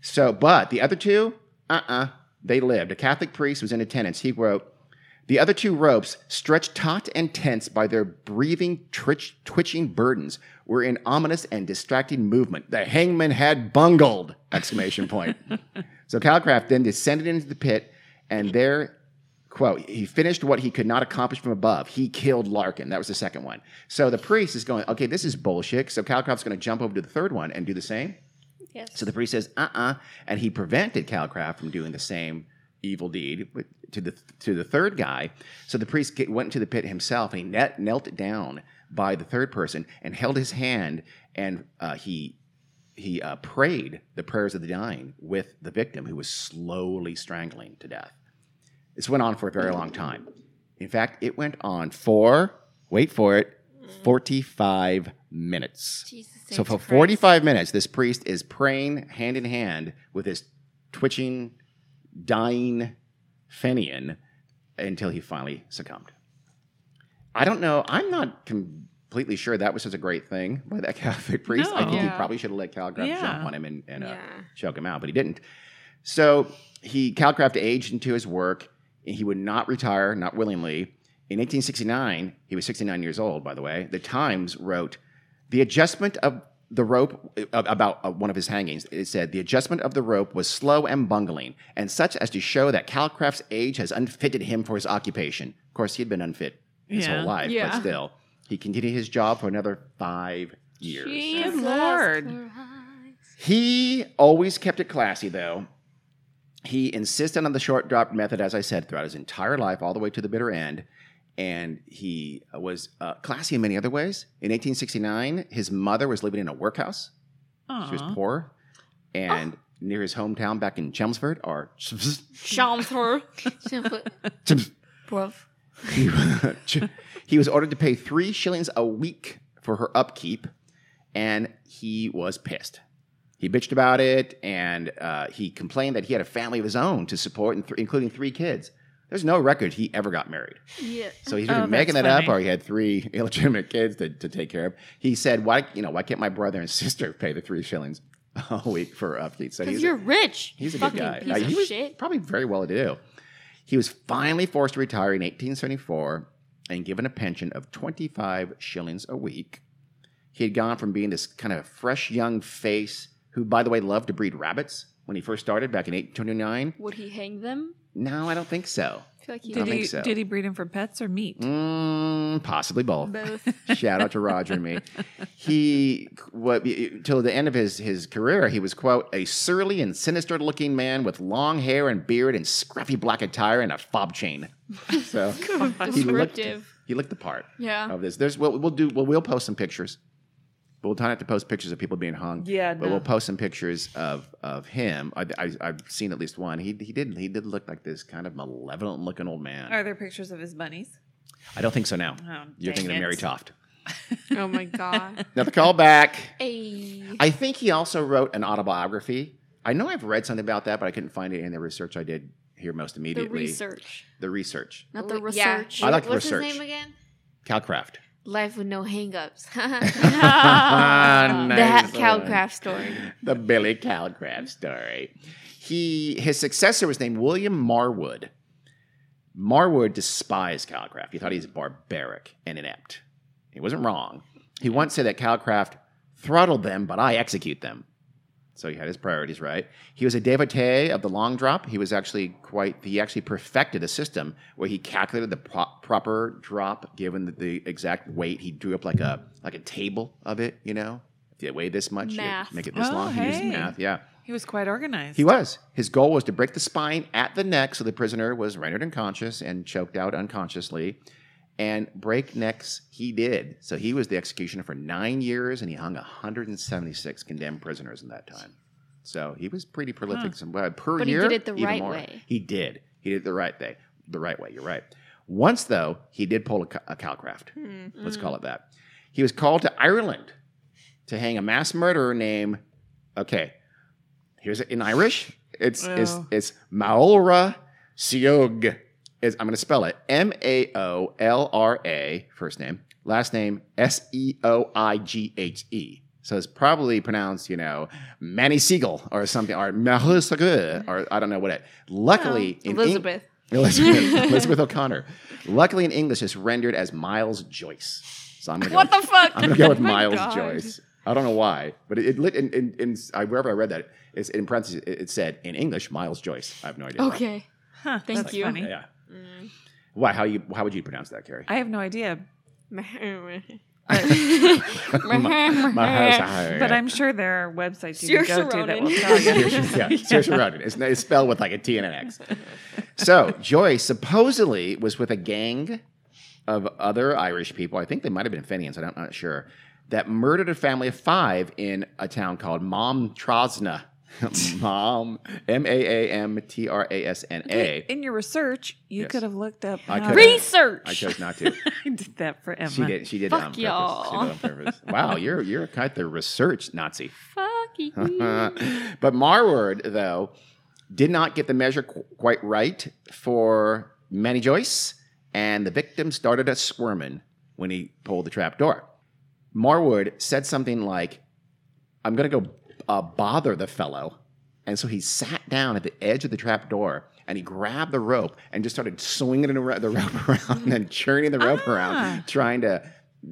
[SPEAKER 2] So, but the other two, uh uh they lived. A Catholic priest was in attendance. He wrote, the other two ropes, stretched taut and tense by their breathing, twitch, twitching burdens, were in ominous and distracting movement. The hangman had bungled! Exclamation point. so Calcraft then descended into the pit, and there, quote, he finished what he could not accomplish from above. He killed Larkin. That was the second one. So the priest is going, okay, this is bullshit. So Calcraft's going to jump over to the third one and do the same.
[SPEAKER 4] Yes.
[SPEAKER 2] So the priest says, "Uh, uh and he prevented Calcraft from doing the same evil deed with- to the to the third guy. So the priest get, went into the pit himself, and he knelt, knelt down by the third person and held his hand, and uh, he he uh, prayed the prayers of the dying with the victim, who was slowly strangling to death. This went on for a very long time. In fact, it went on for wait for it, forty five minutes.
[SPEAKER 4] Jesus
[SPEAKER 2] So
[SPEAKER 4] sakes
[SPEAKER 2] for
[SPEAKER 4] Christ.
[SPEAKER 2] 45 minutes, this priest is praying hand in hand with this twitching, dying Fenian until he finally succumbed. I don't know. I'm not completely sure that was such a great thing by that Catholic priest. I
[SPEAKER 6] No.
[SPEAKER 2] think he
[SPEAKER 5] Yeah.
[SPEAKER 2] probably should have let Calgrave
[SPEAKER 6] Yeah.
[SPEAKER 2] jump on him and, and uh,
[SPEAKER 5] Yeah.
[SPEAKER 2] choke him out, but he didn't. So he Calcraft aged into his work, and he would not retire, not willingly. In 1869, he was 69 years old, by the way. The Times wrote the adjustment of the rope uh, about uh, one of his hangings. It said the adjustment of the rope was slow and bungling, and such as to show that Calcraft's age has unfitted him for his occupation. Of course, he had been unfit his
[SPEAKER 6] Yeah.
[SPEAKER 2] whole life, but
[SPEAKER 1] Yeah.
[SPEAKER 2] still, he continued his job for another five years.
[SPEAKER 6] Good lord.
[SPEAKER 2] He always kept it classy, though. He insisted on the short drop method, as I said, throughout his entire life, all the way to the bitter end. And he was uh, classy in many other ways. In 1869, his mother was living in a workhouse. She was
[SPEAKER 6] Aw.
[SPEAKER 2] poor and near his hometown back in Chelmsford or
[SPEAKER 5] Chamfer.
[SPEAKER 4] Simple- Bruv.
[SPEAKER 2] he, he was ordered to pay three shillings a week for her upkeep, and he was pissed. He bitched about it, and uh, he complained that he had a family of his own to support, and th- including three kids. There's no record he ever got married.
[SPEAKER 5] Yeah.
[SPEAKER 2] So he's either
[SPEAKER 6] Oh,
[SPEAKER 2] making that
[SPEAKER 6] that's
[SPEAKER 2] up
[SPEAKER 6] funny.
[SPEAKER 2] or he had three illegitimate kids to, to take care of. He said, Why you know, why can't my brother and sister pay the three shillings a week for upkeep? So
[SPEAKER 5] Because
[SPEAKER 2] he's
[SPEAKER 5] you're
[SPEAKER 2] a,
[SPEAKER 5] rich.
[SPEAKER 2] he's a good
[SPEAKER 5] Fucking
[SPEAKER 2] guy.
[SPEAKER 5] Piece
[SPEAKER 2] Uh,
[SPEAKER 5] of
[SPEAKER 2] he was
[SPEAKER 5] shit.
[SPEAKER 2] probably very well to do. He was finally forced to retire in 1874 and given a pension of 25 shillings a week. He had gone from being this kind of fresh young face, who, by the way, loved to breed rabbits when he first started back in 1829.
[SPEAKER 5] Would he hang them?
[SPEAKER 2] No, I don't think so.
[SPEAKER 5] I feel like he
[SPEAKER 2] don't
[SPEAKER 6] Did
[SPEAKER 2] think
[SPEAKER 6] he
[SPEAKER 2] so.
[SPEAKER 6] did he breed him for pets or meat?
[SPEAKER 2] Mm, possibly both.
[SPEAKER 6] Both.
[SPEAKER 2] Shout out to Roger and me. He, what, till the end of his, his career, he was, quote, a surly and sinister looking man with long hair and beard and scruffy black attire and a fob chain. So he looked,
[SPEAKER 5] Descriptive.
[SPEAKER 2] he looked the part
[SPEAKER 5] Yeah.
[SPEAKER 2] of this. There's, we'll, we'll do, well, we'll post some pictures. We'll try not to post pictures of people being hung.
[SPEAKER 6] Yeah,
[SPEAKER 2] But
[SPEAKER 6] no.
[SPEAKER 2] we'll post some pictures of, of him. I, I, I've seen at least one. He, he did, he did look like this kind of malevolent looking old man.
[SPEAKER 6] Are there pictures of his bunnies?
[SPEAKER 2] I don't think so now.
[SPEAKER 6] Oh,
[SPEAKER 2] You're
[SPEAKER 6] dang
[SPEAKER 2] thinking of
[SPEAKER 6] it.
[SPEAKER 2] Mary Toft.
[SPEAKER 4] Oh my god.
[SPEAKER 2] Another call back.
[SPEAKER 5] Ayy.
[SPEAKER 2] I think he also wrote an autobiography. I know I've read something about that, but I couldn't find it in the research I did here most
[SPEAKER 5] the
[SPEAKER 2] immediately.
[SPEAKER 5] research.
[SPEAKER 2] The research.
[SPEAKER 4] Not
[SPEAKER 5] the research.
[SPEAKER 2] I like
[SPEAKER 4] What's
[SPEAKER 2] research.
[SPEAKER 4] his name again?
[SPEAKER 2] Calcraft.
[SPEAKER 4] Life with no hangups.
[SPEAKER 2] Nice one.
[SPEAKER 4] That Calcraft story.
[SPEAKER 2] The Billy Calcraft story. He his successor was named William Marwood. Marwood despised Calcraft. He thought he was barbaric and inept. He wasn't wrong. He once said that Calcraft throttled them, but I execute them. So he had his priorities right. He was a devotee of the long drop. He was actually quite, he actually perfected a system where he calculated the pro- proper drop given the, the exact weight. He drew up like a like a table of it, you know? If you weigh this much, you
[SPEAKER 5] Math.
[SPEAKER 2] make it this
[SPEAKER 6] Oh,
[SPEAKER 2] long. He used
[SPEAKER 6] hey.
[SPEAKER 2] math, yeah.
[SPEAKER 6] He was quite organized.
[SPEAKER 2] He was. His goal was to break the spine at the neck so the prisoner was rendered unconscious and choked out unconsciously. And break necks he did. So he was the executioner for nine years and he hung 176 condemned prisoners in that time. So he was pretty prolific some, uh, per
[SPEAKER 5] But he
[SPEAKER 2] year.
[SPEAKER 5] did it the
[SPEAKER 2] even
[SPEAKER 5] right
[SPEAKER 2] more.
[SPEAKER 5] way.
[SPEAKER 2] He did. He did it the right way. The right way. You're right. Once, though, he did pull a, co- a Calcraft.
[SPEAKER 5] Hmm.
[SPEAKER 2] Let's call it that. He was called to Ireland to hang a mass murderer named, okay, here's it in Irish. It's it's
[SPEAKER 6] Oh.
[SPEAKER 2] it's Maolra Siog. Is I'm going to spell it M A O L R A first name, last name S E O I G H E. So it's probably pronounced, you know, Manny Siegel or something, or Mahla Siegel, or I don't know what it. Luckily, in Eng-
[SPEAKER 4] Elizabeth.
[SPEAKER 2] Elizabeth, Elizabeth O'Connor. Luckily, in English, it's rendered as Miles Joyce. So I'm gonna go
[SPEAKER 4] What the fuck?
[SPEAKER 2] I'm gonna go with
[SPEAKER 4] Oh my
[SPEAKER 2] Miles
[SPEAKER 4] God.
[SPEAKER 2] Joyce. I don't know why, but it, it lit in, in, in I, wherever I read that it's in parentheses. It, it said in English Miles Joyce. I have no idea. why.
[SPEAKER 5] Okay.
[SPEAKER 6] Huh,
[SPEAKER 5] Thank
[SPEAKER 6] that's
[SPEAKER 5] you.
[SPEAKER 6] funny.
[SPEAKER 2] Yeah. Why? How you? How would you pronounce that, Carrie?
[SPEAKER 6] I have no idea, but
[SPEAKER 2] But
[SPEAKER 6] I'm sure there are websites you
[SPEAKER 5] Saoirse
[SPEAKER 6] can go to that will
[SPEAKER 5] Ronan.
[SPEAKER 6] tell you.
[SPEAKER 2] yeah, Saoirse Ronan. It's, it's spelled with like a T and an X. So Joyce supposedly was with a gang of other Irish people. I think they might have been Fenians. I don't, I'm not sure. That murdered a family of five in a town called Mom Trosna. Mom M A A M T R A S N A.
[SPEAKER 6] In your research, you
[SPEAKER 2] Yes.
[SPEAKER 6] could have looked up.
[SPEAKER 2] I
[SPEAKER 6] how-
[SPEAKER 2] could have.
[SPEAKER 5] Research.
[SPEAKER 2] I chose not to.
[SPEAKER 6] I did that for Emma.
[SPEAKER 2] She did. She did it
[SPEAKER 5] Fuck
[SPEAKER 2] on purpose.
[SPEAKER 5] y'all.
[SPEAKER 2] She did it on purpose. Wow, you're you're kind of the research Nazi.
[SPEAKER 5] Fuck you.
[SPEAKER 2] but Marward, though, did not get the measure qu- quite right for Manny Joyce, and the victim started a squirming when he pulled the trap door. Marwood said something like, I'm going to go uh, bother the fellow. And so he sat down at the edge of the trap door and he grabbed the rope and just started swinging it around, the rope around and churning the rope around, trying to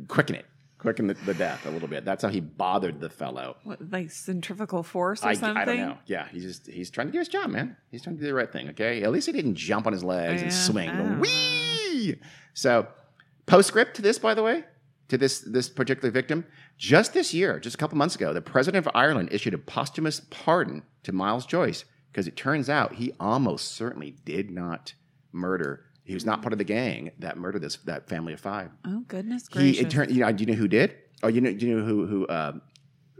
[SPEAKER 2] quicken it, quicken the, the death a little bit. That's how he bothered the fellow.
[SPEAKER 6] What, like centrifugal force or
[SPEAKER 2] I,
[SPEAKER 6] something.
[SPEAKER 2] I don't know. Yeah, he's just he's trying to do his job, man. He's trying to do the right thing. Okay, at least he didn't jump on his legs and
[SPEAKER 6] Yeah,
[SPEAKER 2] swing.
[SPEAKER 6] I don't
[SPEAKER 2] Whee! So, postscript to this, by the way, to this this particular victim. Just this year, just a couple months ago, the president of Ireland issued a posthumous pardon to Miles Joyce because it turns out he almost certainly did not murder. He was not part of the gang that murdered this that family of five.
[SPEAKER 6] Oh goodness gracious!
[SPEAKER 2] He it turned. You know, do you know who did? Oh, you know, do you know who who uh,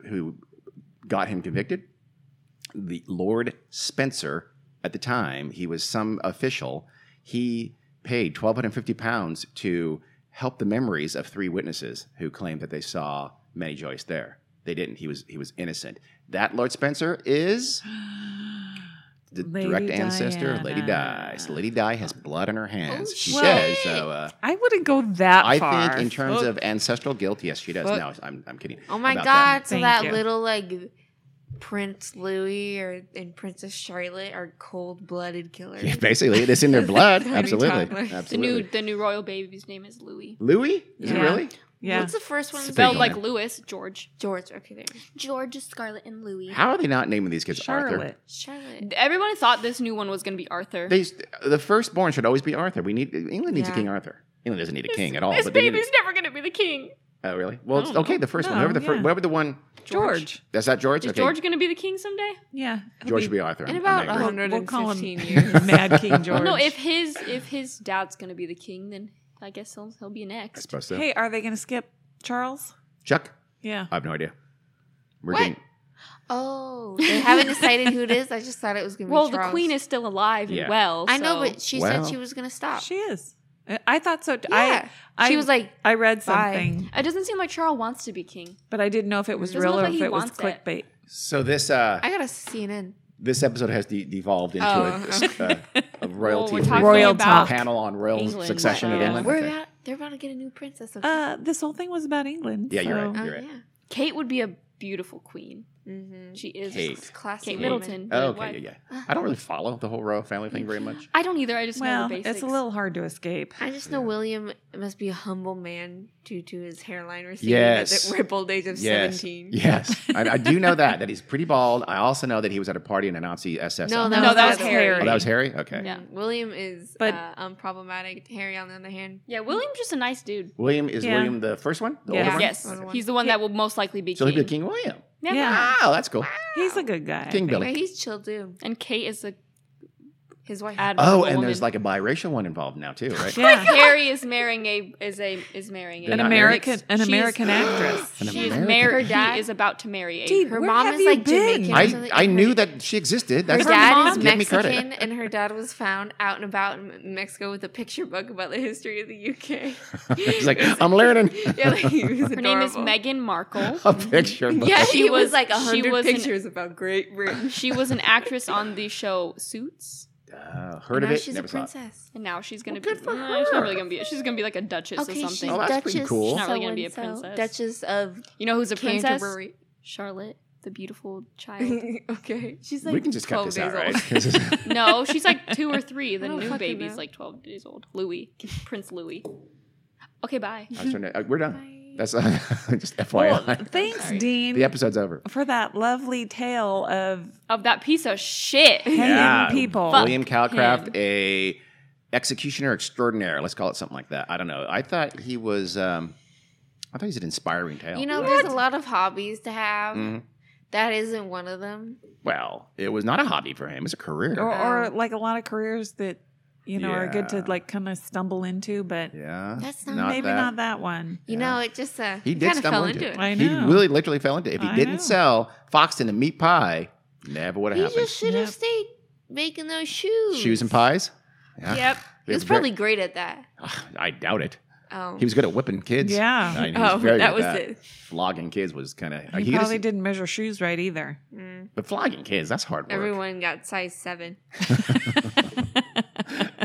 [SPEAKER 2] who got him convicted? The Lord Spencer. At the time, he was some official. He paid twelve hundred fifty pounds to help the memories of three witnesses who claimed that they saw Manny Joyce there. They didn't. He was he was innocent. That Lord Spencer is the
[SPEAKER 6] Lady
[SPEAKER 2] direct ancestor of Lady
[SPEAKER 6] Diana. Oh,
[SPEAKER 2] Di. So Lady Di has blood on her hands. she
[SPEAKER 6] shit.
[SPEAKER 2] says so. Uh,
[SPEAKER 6] I wouldn't go that
[SPEAKER 2] I
[SPEAKER 6] far.
[SPEAKER 2] think in terms of ancestral guilt, yes, she does. No, I'm, I'm kidding.
[SPEAKER 4] Oh my
[SPEAKER 2] about
[SPEAKER 4] god,
[SPEAKER 2] that.
[SPEAKER 4] so
[SPEAKER 6] Thank
[SPEAKER 4] that
[SPEAKER 6] you.
[SPEAKER 4] little like Prince Louis or and Princess Charlotte are cold blooded killers.
[SPEAKER 2] Yeah, basically, it's in their blood.
[SPEAKER 4] Tiny
[SPEAKER 2] Absolutely,
[SPEAKER 4] toddlers. The
[SPEAKER 5] The new
[SPEAKER 2] absolutely.
[SPEAKER 5] the new royal baby's name is Louis.
[SPEAKER 2] Louis, is it
[SPEAKER 6] Yeah.
[SPEAKER 2] really?
[SPEAKER 6] yeah.
[SPEAKER 4] What's the first one?
[SPEAKER 2] Speak
[SPEAKER 5] Spelled
[SPEAKER 2] on
[SPEAKER 4] Bell-
[SPEAKER 5] like
[SPEAKER 2] it.
[SPEAKER 5] Louis, George.
[SPEAKER 4] George. Okay, there.
[SPEAKER 5] George is Scarlet and Louis.
[SPEAKER 2] How are they not naming these kids Arthur?
[SPEAKER 6] Charlotte.
[SPEAKER 4] Charlotte.
[SPEAKER 5] Everyone thought this new one was going to be Arthur.
[SPEAKER 2] They, the firstborn should always be Arthur. We need England needs
[SPEAKER 4] Yeah.
[SPEAKER 2] a King Arthur. England doesn't need a king at all.
[SPEAKER 5] this
[SPEAKER 2] but they need a-
[SPEAKER 5] baby's never going to be the king.
[SPEAKER 2] Oh, really? Well, it's, okay. The first one,
[SPEAKER 6] No,
[SPEAKER 2] whatever the first,
[SPEAKER 6] yeah.
[SPEAKER 2] whatever the one.
[SPEAKER 6] George.
[SPEAKER 2] That's that George.
[SPEAKER 5] Is
[SPEAKER 2] okay,
[SPEAKER 5] George going to be the king someday?
[SPEAKER 6] Yeah. he'll
[SPEAKER 2] George should be Arthur.
[SPEAKER 4] In
[SPEAKER 2] I'm- I'm
[SPEAKER 4] about
[SPEAKER 6] uh,
[SPEAKER 2] angry.
[SPEAKER 4] 115
[SPEAKER 6] we'll
[SPEAKER 4] years.
[SPEAKER 6] call him Mad King George.
[SPEAKER 5] No, if his if his dad's going to be the king, then I guess he'll he'll be
[SPEAKER 2] I
[SPEAKER 5] next.
[SPEAKER 2] suppose so.
[SPEAKER 6] hey, are they going to skip Charles?
[SPEAKER 2] Chuck,
[SPEAKER 6] Yeah.
[SPEAKER 2] I have no idea. We're
[SPEAKER 4] What?
[SPEAKER 2] getting
[SPEAKER 4] Oh, they haven't decided who it is. I just thought it was gonna
[SPEAKER 5] Well,
[SPEAKER 4] be.
[SPEAKER 5] the
[SPEAKER 4] Charles.
[SPEAKER 5] queen is still alive
[SPEAKER 2] Yeah.
[SPEAKER 5] and well.
[SPEAKER 4] I know,
[SPEAKER 5] so-
[SPEAKER 4] but she
[SPEAKER 2] Well.
[SPEAKER 4] said she was gonna stop.
[SPEAKER 6] She is. I- I thought so. t-
[SPEAKER 4] Ah. Yeah.
[SPEAKER 6] I, I
[SPEAKER 4] she was like,
[SPEAKER 6] I read
[SPEAKER 4] bye.
[SPEAKER 6] something,
[SPEAKER 5] it doesn't seem like Charles wants to be king.
[SPEAKER 6] but I didn't know if it was
[SPEAKER 5] Doesn't
[SPEAKER 6] real
[SPEAKER 5] look
[SPEAKER 6] or
[SPEAKER 5] like
[SPEAKER 6] if
[SPEAKER 5] he
[SPEAKER 6] it was
[SPEAKER 5] wants it.
[SPEAKER 6] clickbait.
[SPEAKER 2] so this uh
[SPEAKER 4] I got a CNN.
[SPEAKER 2] this episode has de- devolved into a, uh, a royalty
[SPEAKER 5] we're
[SPEAKER 2] free
[SPEAKER 5] talking
[SPEAKER 6] Royal
[SPEAKER 5] about
[SPEAKER 6] talk.
[SPEAKER 2] panel on royal
[SPEAKER 5] England,
[SPEAKER 2] succession in
[SPEAKER 5] yeah.
[SPEAKER 2] England.
[SPEAKER 4] We're
[SPEAKER 2] okay.
[SPEAKER 4] about, they're about to get a new princess. Of
[SPEAKER 6] Uh, this whole thing was about England.
[SPEAKER 2] Yeah, you're right.
[SPEAKER 4] oh,
[SPEAKER 2] you're right.
[SPEAKER 4] yeah.
[SPEAKER 5] Kate would be a beautiful queen.
[SPEAKER 4] Mm-hmm.
[SPEAKER 5] She is.
[SPEAKER 2] Kate.
[SPEAKER 4] Classic
[SPEAKER 5] Kate
[SPEAKER 4] woman.
[SPEAKER 5] Middleton.
[SPEAKER 2] Oh,
[SPEAKER 5] Why-
[SPEAKER 2] okay, yeah, yeah. I don't really follow the whole royal family thing very much.
[SPEAKER 5] I don't either. I just know
[SPEAKER 6] Well,
[SPEAKER 5] the basics.
[SPEAKER 6] it's a little hard to escape.
[SPEAKER 4] I just know William must be a humble man due to his hairline receding
[SPEAKER 2] Yes.
[SPEAKER 4] at the ripe old age of
[SPEAKER 2] Yes,
[SPEAKER 4] 17.
[SPEAKER 2] yes. I, I do know that that he's pretty bald. I also know that he was at a party in a Nazi SS.
[SPEAKER 4] No,
[SPEAKER 2] outfit.
[SPEAKER 4] that,
[SPEAKER 5] No,
[SPEAKER 4] was,
[SPEAKER 5] that
[SPEAKER 4] that
[SPEAKER 5] was
[SPEAKER 2] oh, that was Harry. Okay,
[SPEAKER 5] Yeah.
[SPEAKER 4] William is
[SPEAKER 6] But-
[SPEAKER 4] uh, unproblematic. Harry, on the other hand,
[SPEAKER 5] Yeah, William's just a nice dude.
[SPEAKER 2] William is
[SPEAKER 6] Yeah.
[SPEAKER 2] William the first one. The
[SPEAKER 6] Yeah.
[SPEAKER 2] older one?
[SPEAKER 5] Yes,
[SPEAKER 4] Older one.
[SPEAKER 5] he's the one that will most likely be
[SPEAKER 2] So
[SPEAKER 5] king.
[SPEAKER 2] he'll be King William.
[SPEAKER 5] Yeah.
[SPEAKER 6] Yeah.
[SPEAKER 2] Wow, that's cool. Oh,
[SPEAKER 6] He's a good guy. I
[SPEAKER 2] King
[SPEAKER 6] think.
[SPEAKER 2] Billy.
[SPEAKER 4] yeah, he's chill too.
[SPEAKER 5] And Kate is a
[SPEAKER 4] His wife.
[SPEAKER 5] admirable
[SPEAKER 2] Oh, and
[SPEAKER 5] woman.
[SPEAKER 2] there's like a biracial one involved now too, right?
[SPEAKER 6] Yeah.
[SPEAKER 5] Harry is marrying a is a is marrying a
[SPEAKER 2] They're
[SPEAKER 6] An
[SPEAKER 2] not
[SPEAKER 6] American,
[SPEAKER 2] married.
[SPEAKER 6] an
[SPEAKER 5] She's-
[SPEAKER 6] American actress.
[SPEAKER 2] An
[SPEAKER 5] She is
[SPEAKER 2] American.
[SPEAKER 4] Her
[SPEAKER 5] married.
[SPEAKER 4] dad-
[SPEAKER 5] He is about to marry a.
[SPEAKER 6] Dude,
[SPEAKER 4] her
[SPEAKER 6] Where
[SPEAKER 4] mom
[SPEAKER 6] have
[SPEAKER 4] is
[SPEAKER 6] you
[SPEAKER 4] like
[SPEAKER 6] been?
[SPEAKER 4] Jamaican. or
[SPEAKER 2] I,
[SPEAKER 4] something.
[SPEAKER 2] I knew
[SPEAKER 4] Her-
[SPEAKER 2] that she existed. That's
[SPEAKER 4] her dad is
[SPEAKER 2] give me credit.
[SPEAKER 4] Mexican, and her dad was found out and about in Mexico with a picture book about the history of the UK.
[SPEAKER 2] It's like I'm learning.
[SPEAKER 4] yeah, like, he was
[SPEAKER 5] Her name is
[SPEAKER 4] adorable.
[SPEAKER 5] Meghan Markle.
[SPEAKER 2] a picture. book.
[SPEAKER 4] Yeah, she
[SPEAKER 5] She
[SPEAKER 4] was
[SPEAKER 5] was-
[SPEAKER 4] like a
[SPEAKER 5] she
[SPEAKER 4] hundred
[SPEAKER 5] was an-
[SPEAKER 4] pictures about Great Britain.
[SPEAKER 5] She was an actress on the show Suits,
[SPEAKER 2] Uh, heard of
[SPEAKER 4] now
[SPEAKER 2] it?
[SPEAKER 4] she's
[SPEAKER 2] never
[SPEAKER 4] a
[SPEAKER 2] saw it.
[SPEAKER 4] princess.
[SPEAKER 5] and now she's gonna
[SPEAKER 2] Well, good
[SPEAKER 5] be.
[SPEAKER 2] for
[SPEAKER 5] nah, She's not
[SPEAKER 2] her.
[SPEAKER 5] really gonna be. She's gonna be like a duchess or something.
[SPEAKER 2] Oh, that's pretty cool.
[SPEAKER 5] She's not really gonna be a
[SPEAKER 4] so-and-so.
[SPEAKER 5] princess.
[SPEAKER 4] Duchess of
[SPEAKER 5] you know who's a princess?
[SPEAKER 4] Canterbury.
[SPEAKER 5] Charlotte, the beautiful child.
[SPEAKER 4] okay, she's like
[SPEAKER 2] We can just cut
[SPEAKER 4] 12
[SPEAKER 2] this
[SPEAKER 4] days
[SPEAKER 2] out,
[SPEAKER 4] old.
[SPEAKER 2] right? 'Cause it's-
[SPEAKER 5] No, she's like two or three.
[SPEAKER 4] I
[SPEAKER 5] The
[SPEAKER 4] don't
[SPEAKER 5] new
[SPEAKER 4] fucking
[SPEAKER 5] baby's
[SPEAKER 4] know.
[SPEAKER 5] like twelve days old. Louis, Prince Louis. Okay, bye.
[SPEAKER 2] I was trying to- uh, we're done. That's just
[SPEAKER 6] Well,
[SPEAKER 2] FYI.
[SPEAKER 6] thanks,
[SPEAKER 5] Sorry.
[SPEAKER 6] Dean,
[SPEAKER 2] the episode's over.
[SPEAKER 6] for that lovely tale of
[SPEAKER 5] Of that piece of shit.
[SPEAKER 6] hating people.
[SPEAKER 2] William Calcraft, a executioner extraordinaire. Let's call it something like that. I don't know. I thought he was. Um, I thought he's an inspiring tale.
[SPEAKER 4] You know, there's a lot of hobbies to have.
[SPEAKER 2] Mhm.
[SPEAKER 4] That isn't one of them.
[SPEAKER 2] well, it was not a hobby for him. It's a career.
[SPEAKER 6] or, or like a lot of careers that you know are good to
[SPEAKER 2] Yeah.
[SPEAKER 6] like kind of stumble into, but
[SPEAKER 2] yeah,
[SPEAKER 4] That's not-
[SPEAKER 6] maybe not that one.
[SPEAKER 2] Yeah.
[SPEAKER 4] You know, it just uh,
[SPEAKER 2] He did
[SPEAKER 4] kind of
[SPEAKER 2] stumble
[SPEAKER 4] fell
[SPEAKER 2] into
[SPEAKER 4] into
[SPEAKER 2] it.
[SPEAKER 4] it.
[SPEAKER 6] I
[SPEAKER 2] He
[SPEAKER 6] know.
[SPEAKER 2] really literally fell into it. If he
[SPEAKER 6] I
[SPEAKER 2] didn't
[SPEAKER 6] know.
[SPEAKER 2] sell Foxton and meat pie, never would have
[SPEAKER 4] He
[SPEAKER 2] happened.
[SPEAKER 4] just should have
[SPEAKER 6] Yep.
[SPEAKER 4] stayed making those shoes.
[SPEAKER 2] Shoes and pies?
[SPEAKER 4] Yep. He was
[SPEAKER 2] Very-
[SPEAKER 4] probably great at that.
[SPEAKER 2] Ah, I doubt it.
[SPEAKER 4] Oh,
[SPEAKER 2] He was good at whipping kids.
[SPEAKER 6] Yeah.
[SPEAKER 2] I mean, he was
[SPEAKER 4] oh,
[SPEAKER 2] very
[SPEAKER 4] that
[SPEAKER 2] good
[SPEAKER 4] was
[SPEAKER 2] at
[SPEAKER 4] it.
[SPEAKER 2] Flogging kids was kind of.
[SPEAKER 6] He, probably didn't measure shoes right either.
[SPEAKER 4] Mm.
[SPEAKER 2] But flogging kids, that's hard work.
[SPEAKER 4] Everyone got size seven.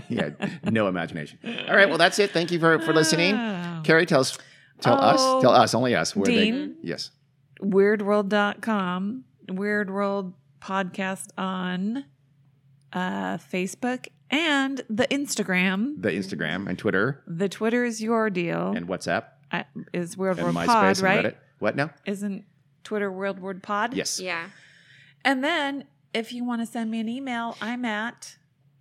[SPEAKER 2] yeah, no imagination. All right, well, that's it. Thank you for, for listening.
[SPEAKER 6] Oh.
[SPEAKER 2] Carrie, tell us, tell us,
[SPEAKER 6] Oh.
[SPEAKER 2] tell us, only us. Where
[SPEAKER 6] Dean?
[SPEAKER 2] They, yes.
[SPEAKER 6] weirdworld.com, Weird World podcast on uh, Facebook and the Instagram.
[SPEAKER 2] The Instagram and Twitter
[SPEAKER 6] The Twitter is your deal.
[SPEAKER 2] and WhatsApp
[SPEAKER 6] I- is Weird
[SPEAKER 2] and
[SPEAKER 6] World
[SPEAKER 2] MySpace
[SPEAKER 6] Pod,
[SPEAKER 2] and
[SPEAKER 6] right?
[SPEAKER 2] Reddit. What now?
[SPEAKER 6] Isn't Twitter World Word Pod?
[SPEAKER 2] Yes.
[SPEAKER 4] Yeah.
[SPEAKER 6] And then if you want to send me an email, I'm at,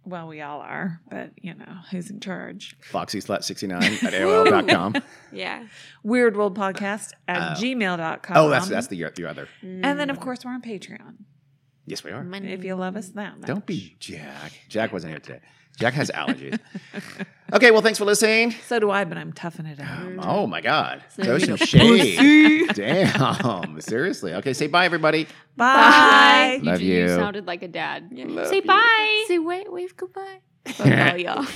[SPEAKER 6] well, we all are, but you know, who's in charge?
[SPEAKER 2] FoxySlut69 at AOL.com.
[SPEAKER 4] Yeah.
[SPEAKER 6] Weird World Podcast at
[SPEAKER 2] Oh.
[SPEAKER 6] gmail.com.
[SPEAKER 2] oh, that's
[SPEAKER 4] Um,
[SPEAKER 2] that's the, your other.
[SPEAKER 6] And then, of course, we're on Patreon.
[SPEAKER 2] Yes, we are.
[SPEAKER 4] Money.
[SPEAKER 6] If you love us that much.
[SPEAKER 2] Don't be Jack. Jack wasn't here today. Jack has allergies. okay, well, thanks for listening.
[SPEAKER 6] So do I, but I'm toughing it out.
[SPEAKER 2] Oh my God, throw some shade. Damn, seriously. Okay, say bye, everybody.
[SPEAKER 6] Bye.
[SPEAKER 2] Love
[SPEAKER 5] You
[SPEAKER 2] you.
[SPEAKER 5] sounded like a dad. Say bye.
[SPEAKER 4] Say wait, wave goodbye.
[SPEAKER 6] Bye, y'all.